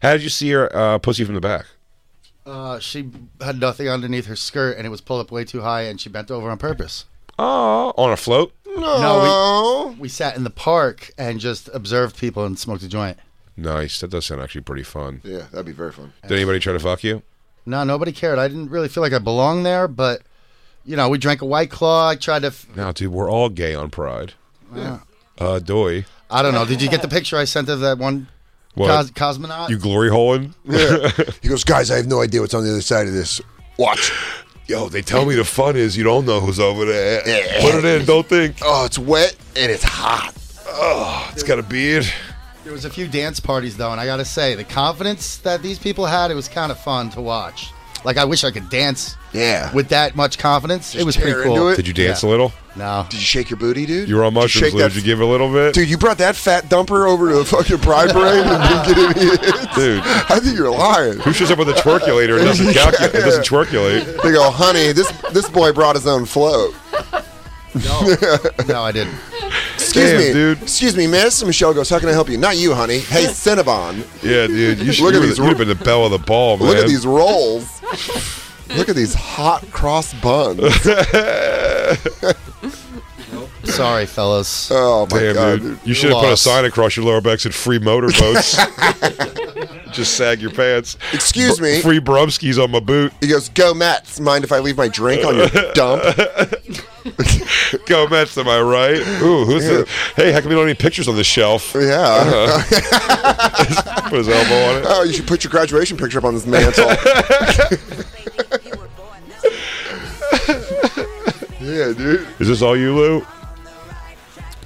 How did you see her uh, pussy from the back?
Uh, she had nothing underneath her skirt, and it was pulled up way too high, and she bent over on purpose.
Oh, on a float.
No, we, we sat in the park and just observed people and smoked a joint.
Nice. That does sound actually pretty fun.
yeah, that'd be very fun.
Did anybody try to fuck you?
No, nobody cared. I didn't really feel like I belonged there, but you know, we drank a white claw. I tried to. F-
No, dude, we're all gay on Pride.
Yeah.
Uh, doy.
I don't know. Did you get the picture I sent of that one
What?
cos- cosmonaut?
You glory holing?
Yeah. He goes, "Guys, I have no idea what's on the other side of this. Watch."
Yo, they tell me the fun is you don't know who's over there. Put it in, don't think.
Oh, it's wet and it's hot.
Oh, it's got a beard.
there was a few dance parties though, and I gotta say, the confidence that these people had, it was kind of fun to watch. Like I wish I could dance.
Yeah.
With that much confidence, it was pretty
tear
cool.
into it.
Did you dance a
Yeah.
little?
No.
Did you shake your booty, dude?
You were on
Did
mushrooms,
shake
Lou.
that-
Did you give it a little bit?
Dude, you brought that fat dumper over to the fucking pride parade and didn't get in here.
Dude.
I think you're lying.
Who shows up with a twerculator and doesn't calculate? It doesn't twerculate.
They go, honey, this this boy brought his own float.
No, I didn't.
Excuse
Damn,
me,
dude.
Excuse me, miss. And Michelle goes, how can I help you? Not you, honey. Hey, Cinnabon.
Yeah, dude. You should
Look
look
at
at
these-
You would have been the bell of the ball, man.
Look at these rolls. Look at these hot cross buns.
Sorry, fellas.
Oh my
Damn,
god,
dude.
dude.
You should have put a
lost.
sign across your lower back that said free motorboats. Just sag your pants.
Excuse
Br-
me.
Free Brumskis on my boot.
He goes, "Go Mets." Mind if I leave my drink on your dump?
Go Mets, am I right? Ooh, who's
Yeah.
the? Hey, how come we don't have any pictures on the shelf?
Yeah.
Uh-huh. Put his elbow on it.
Oh, you should put your graduation picture up on this mantle. yeah, dude.
Is this all you, Lou?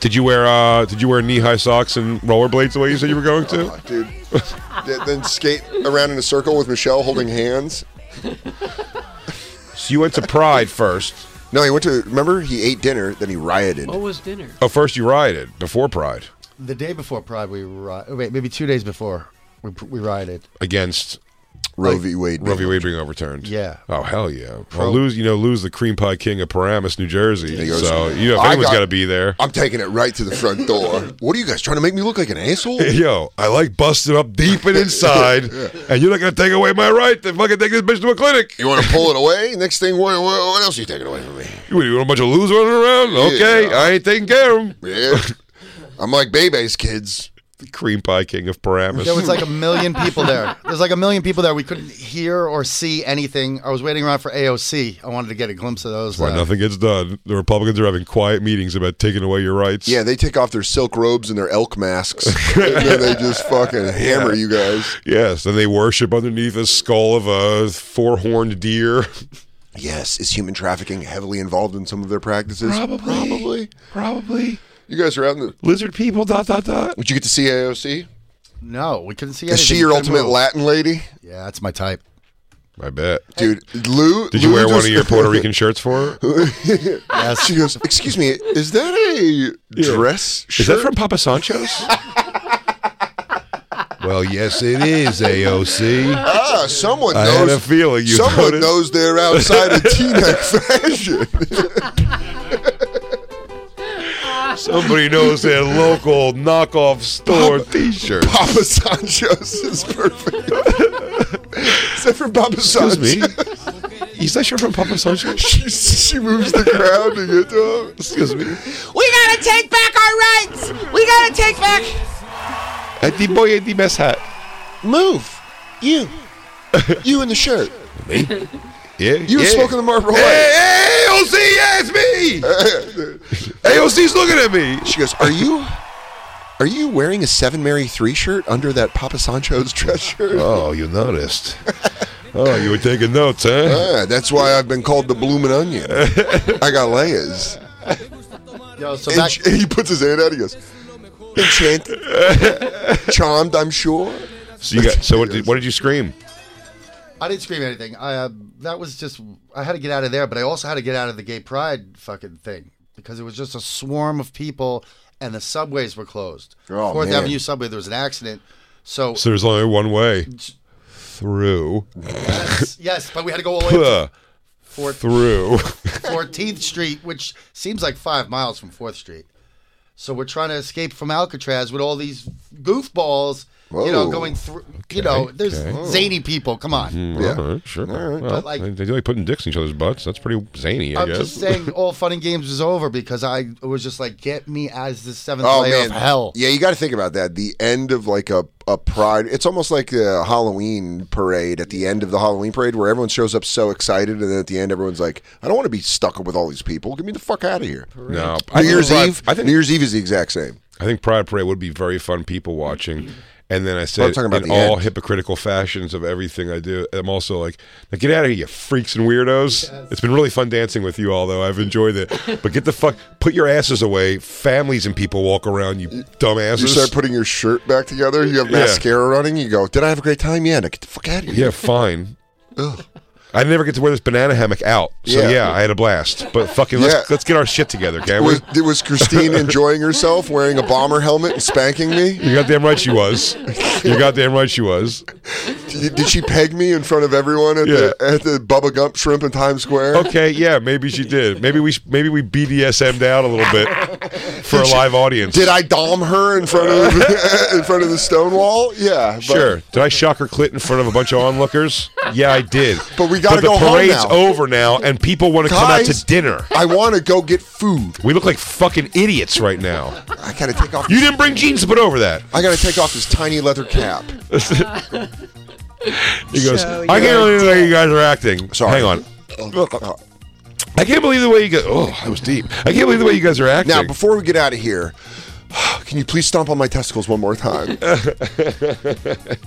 Did you wear uh Did you wear knee high socks and rollerblades the way you said you were going to?
dude. Th- then skate around in a circle with Michelle holding hands.
So you went to Pride first.
No, he went to. Remember, he ate dinner, then he rioted.
What was dinner?
Oh, first you rioted before Pride
The day before Pride, we ri- oh, wait, maybe two days before we we rioted.
against
Roe v. Wade.
Roe v. Wade being overturned.
Yeah.
Oh hell yeah.
Pro-
Well, lose you know lose the cream pie king of Paramus, New Jersey.
He goes,
so you know if
"I
anyone's
got-
got to be there.
I'm taking it right to the front door. what are you guys trying to make me look like an asshole?
Yo, I like busted up deep and inside, and you're not gonna take away my right to fucking take this bitch to a clinic.
You want to pull it away? Next thing, what, what, what else are you taking away from me?
You, what, you want a bunch of losers running around? Okay,
Yeah.
I ain't taking care of them.
Yeah. I'm like Bebe's kids.
The cream pie king of Paramus.
There was like a million people there. There's like a million people there. We couldn't hear or see anything. I was waiting around for AOC. I wanted to get a glimpse of those.
That's why
uh,
nothing gets done. The Republicans are having quiet meetings about taking away your rights.
Yeah, they take off their silk robes and their elk masks, and then they just fucking hammer you guys.
Yes, and they worship underneath a skull of a four horned deer.
Yes, is human trafficking heavily involved in some of their practices?
Probably. Probably.
You guys are out in the.
Lizard people, dot, dot, dot.
Did you get to see AOC?
No, we couldn't see.
Is she
anything.
your
We couldn't
ultimate
move.
Latin lady?
Yeah, that's my type.
I bet.
Dude, Lou.
Did you
Lou
wear one
just-
of your Puerto Rican shirts for her?
She goes, Excuse me, is that a dress shirt?
Is that from Papa Sancho's? well, yes, it is, AOC.
Ah, someone
I
knows.
had a feeling you
someone
noticed.
knows they're outside of T-neck fashion.
Somebody knows their local knockoff store t shirt.
Papa Sancho's is perfect. is that from Papa Sancho's?
Excuse me. Is that shirt from Papa Sancho's?
she, she moves the crowd to get to him.
Excuse me.
We gotta take back our rights! We gotta take back.
At the boy at the mess hat.
Move. You. You in the shirt.
Me? Yeah.
You were
yeah.
smoking the Marlboro Light.
Hey, AOC, yes, me! AOC's looking at me.
She goes, Are you are you wearing a seven Mary three shirt under that Papa Sancho's dress shirt?
Oh, you noticed. Oh, you were taking notes, huh?
Ah, that's why I've been called the bloomin' onion. I got layers.
Yo, so
And
back,
sh- he puts his hand out. He goes, enchanted, charmed. I'm sure.
So you got. So what did, what did you scream?
I didn't scream anything. I uh, that was just I had to get out of there, but I also had to get out of the gay pride fucking thing because it was just a swarm of people, and the subways were closed.
Oh,
Fourth
man.
Avenue subway, there was an accident. So,
So there's only one way through.
yes, yes, but we had to go all the way
Puh,
Fourth,
through.
14th Street, which seems like five miles from Fourth Street. So we're trying to escape from Alcatraz with all these goofballs, you know,
Whoa.
going through. You know, there's
okay. Mm-hmm,
zany people. Come on.
Yeah.
All right, sure.
All right.
Well,
But, like-
they, they do like putting dicks in each other's butts. That's pretty zany, I
I'm
guess.
just saying, all fun and games was over because I was just like, get me out of this seventh
Oh
layer
man,
of hell.
Yeah, you got to think about that. The end of like a a pride. It's almost like a Halloween parade. At the end of the Halloween parade, where everyone shows up so excited, and then at the end, everyone's like, "I don't want to be stuck with all these people. Get me the fuck out of here."
no,
New Year's
Pride-
Eve.
I think
New Year's Eve is the exact same.
I think Pride Parade would be very fun people watching. And then I
Well,
say
I'm talking about
in
the
all
end.
hypocritical fashions of everything I do. I'm also like, now get out of here, you freaks and weirdos. It's been really fun dancing with you all, though. I've enjoyed it. But get the fuck, put your asses away. Families and people walk around, you
You
dumbasses.
start putting your shirt back together. You have
Yeah.
mascara running. You go, "Did I have a great time? Yeah, now get the fuck out of here."
yeah, fine.
Ugh.
I never get to wear this banana hammock out. So
Yeah.
yeah, I had a blast. But fucking, let's,
Yeah.
let's get our shit together, can we?
Was, did- was Christine enjoying herself wearing a bomber helmet and spanking me?
You're goddamn right she was. You're goddamn right she was.
Did, did she peg me in front of everyone at, the, at the Bubba Gump Shrimp in Times Square?
Okay, yeah, maybe she did. Maybe we maybe we BDSM'd out a little bit for a live audience.
Did I dom her in front of in front of the stone wall? Yeah, but,
Sure. Did I shock her clit in front of a bunch of onlookers? Yeah, I did.
But we gotta
but the
go home
parade's
now.
over now, and people want to come out
Guys,
to dinner.
I want to go get food.
We look like fucking idiots right now.
I gotta take off.
You didn't bring jeans to put over that.
I gotta take off this tiny leather cap.
He goes,
So
I can't
you're
believe the way you guys are acting.
Sorry.
Hang on.
Oh,
I can't believe the way you guys. Oh, that was deep. I can't believe the way you guys are acting.
Now, before we get out of here, can you please stomp on my testicles one more time?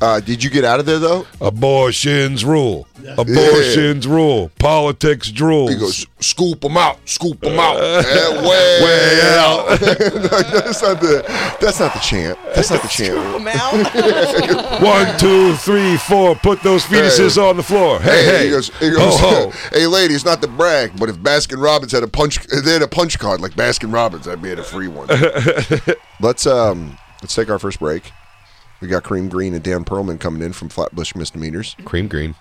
uh, did you get out of there though?
Abortions rule. Abortions rule. Politics drools.
He goes, scoop them out, scoop them out. Eh, way,
Way out.
No, that's not the. That's not the chant. That's not the chant.
One, two, three, four. Put those fetuses on the floor. Hey, hey.
He goes, he goes,
ho, ho.
hey, ladies, not to brag, but if Baskin Robbins had a punch, if they had a punch card like Baskin Robbins, I'd be at a free one. let's um, let's take our first break. We got Cream Green and Dan Perlman coming in from Flatbush Misdemeanors.
Cream Green.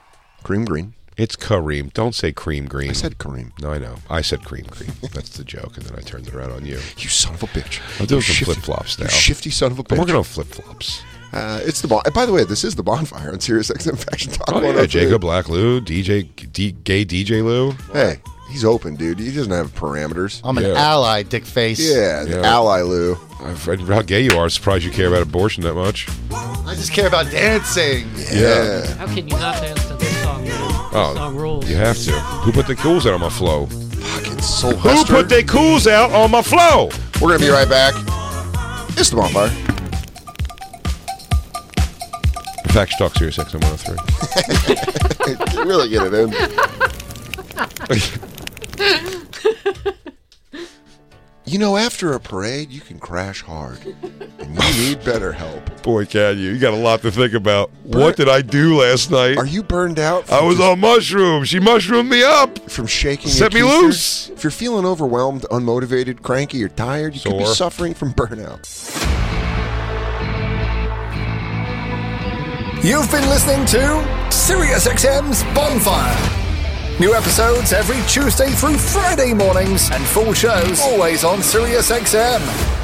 Cream Green.
It's Kareem. Don't say cream green. I
said Kareem.
No, I know. I said cream cream. That's the joke, and then I turned it around on you.
You son of a bitch.
I'm doing
You
some
shifty-
flip flops now.
You shifty son of a bitch.
I'm working on flip flops.
Uh, it's the bon- By the way, this is the bonfire on Sirius XM Faction Talk.
Oh yeah,
103.
Jacob Black Lou, DJ D, gay DJ Lou.
Hey, he's open, dude. He doesn't have parameters.
I'm an
Yeah.
ally, dick face.
Yeah, the ally Lou.
I'm afraid of how gay you are. Surprised you care about abortion that much.
I just care about dancing.
Yeah.
How can you not dance to this song? This song
Oh,
rules.
you have to. Who put the cools out on my flow?
Fucking soul
Who put their cools out on my flow?
We're gonna be right back. It's the bonfire.
Faction Talk Series XM 103.
really get it in. you know, after a parade, you can crash hard, and you need better help.
Boy, can you? You got a lot to think about. What did I do last night?
Are you burned out?
I was on mushrooms. She mushroomed me up.
from shaking.
Set
your
me
keister?
loose.
If you're feeling overwhelmed, unmotivated, cranky, or tired, you could be
Sore.
suffering from burnout.
You've been listening to SiriusXM's Bonfire. New episodes every Tuesday through Friday mornings, and full shows always on SiriusXM.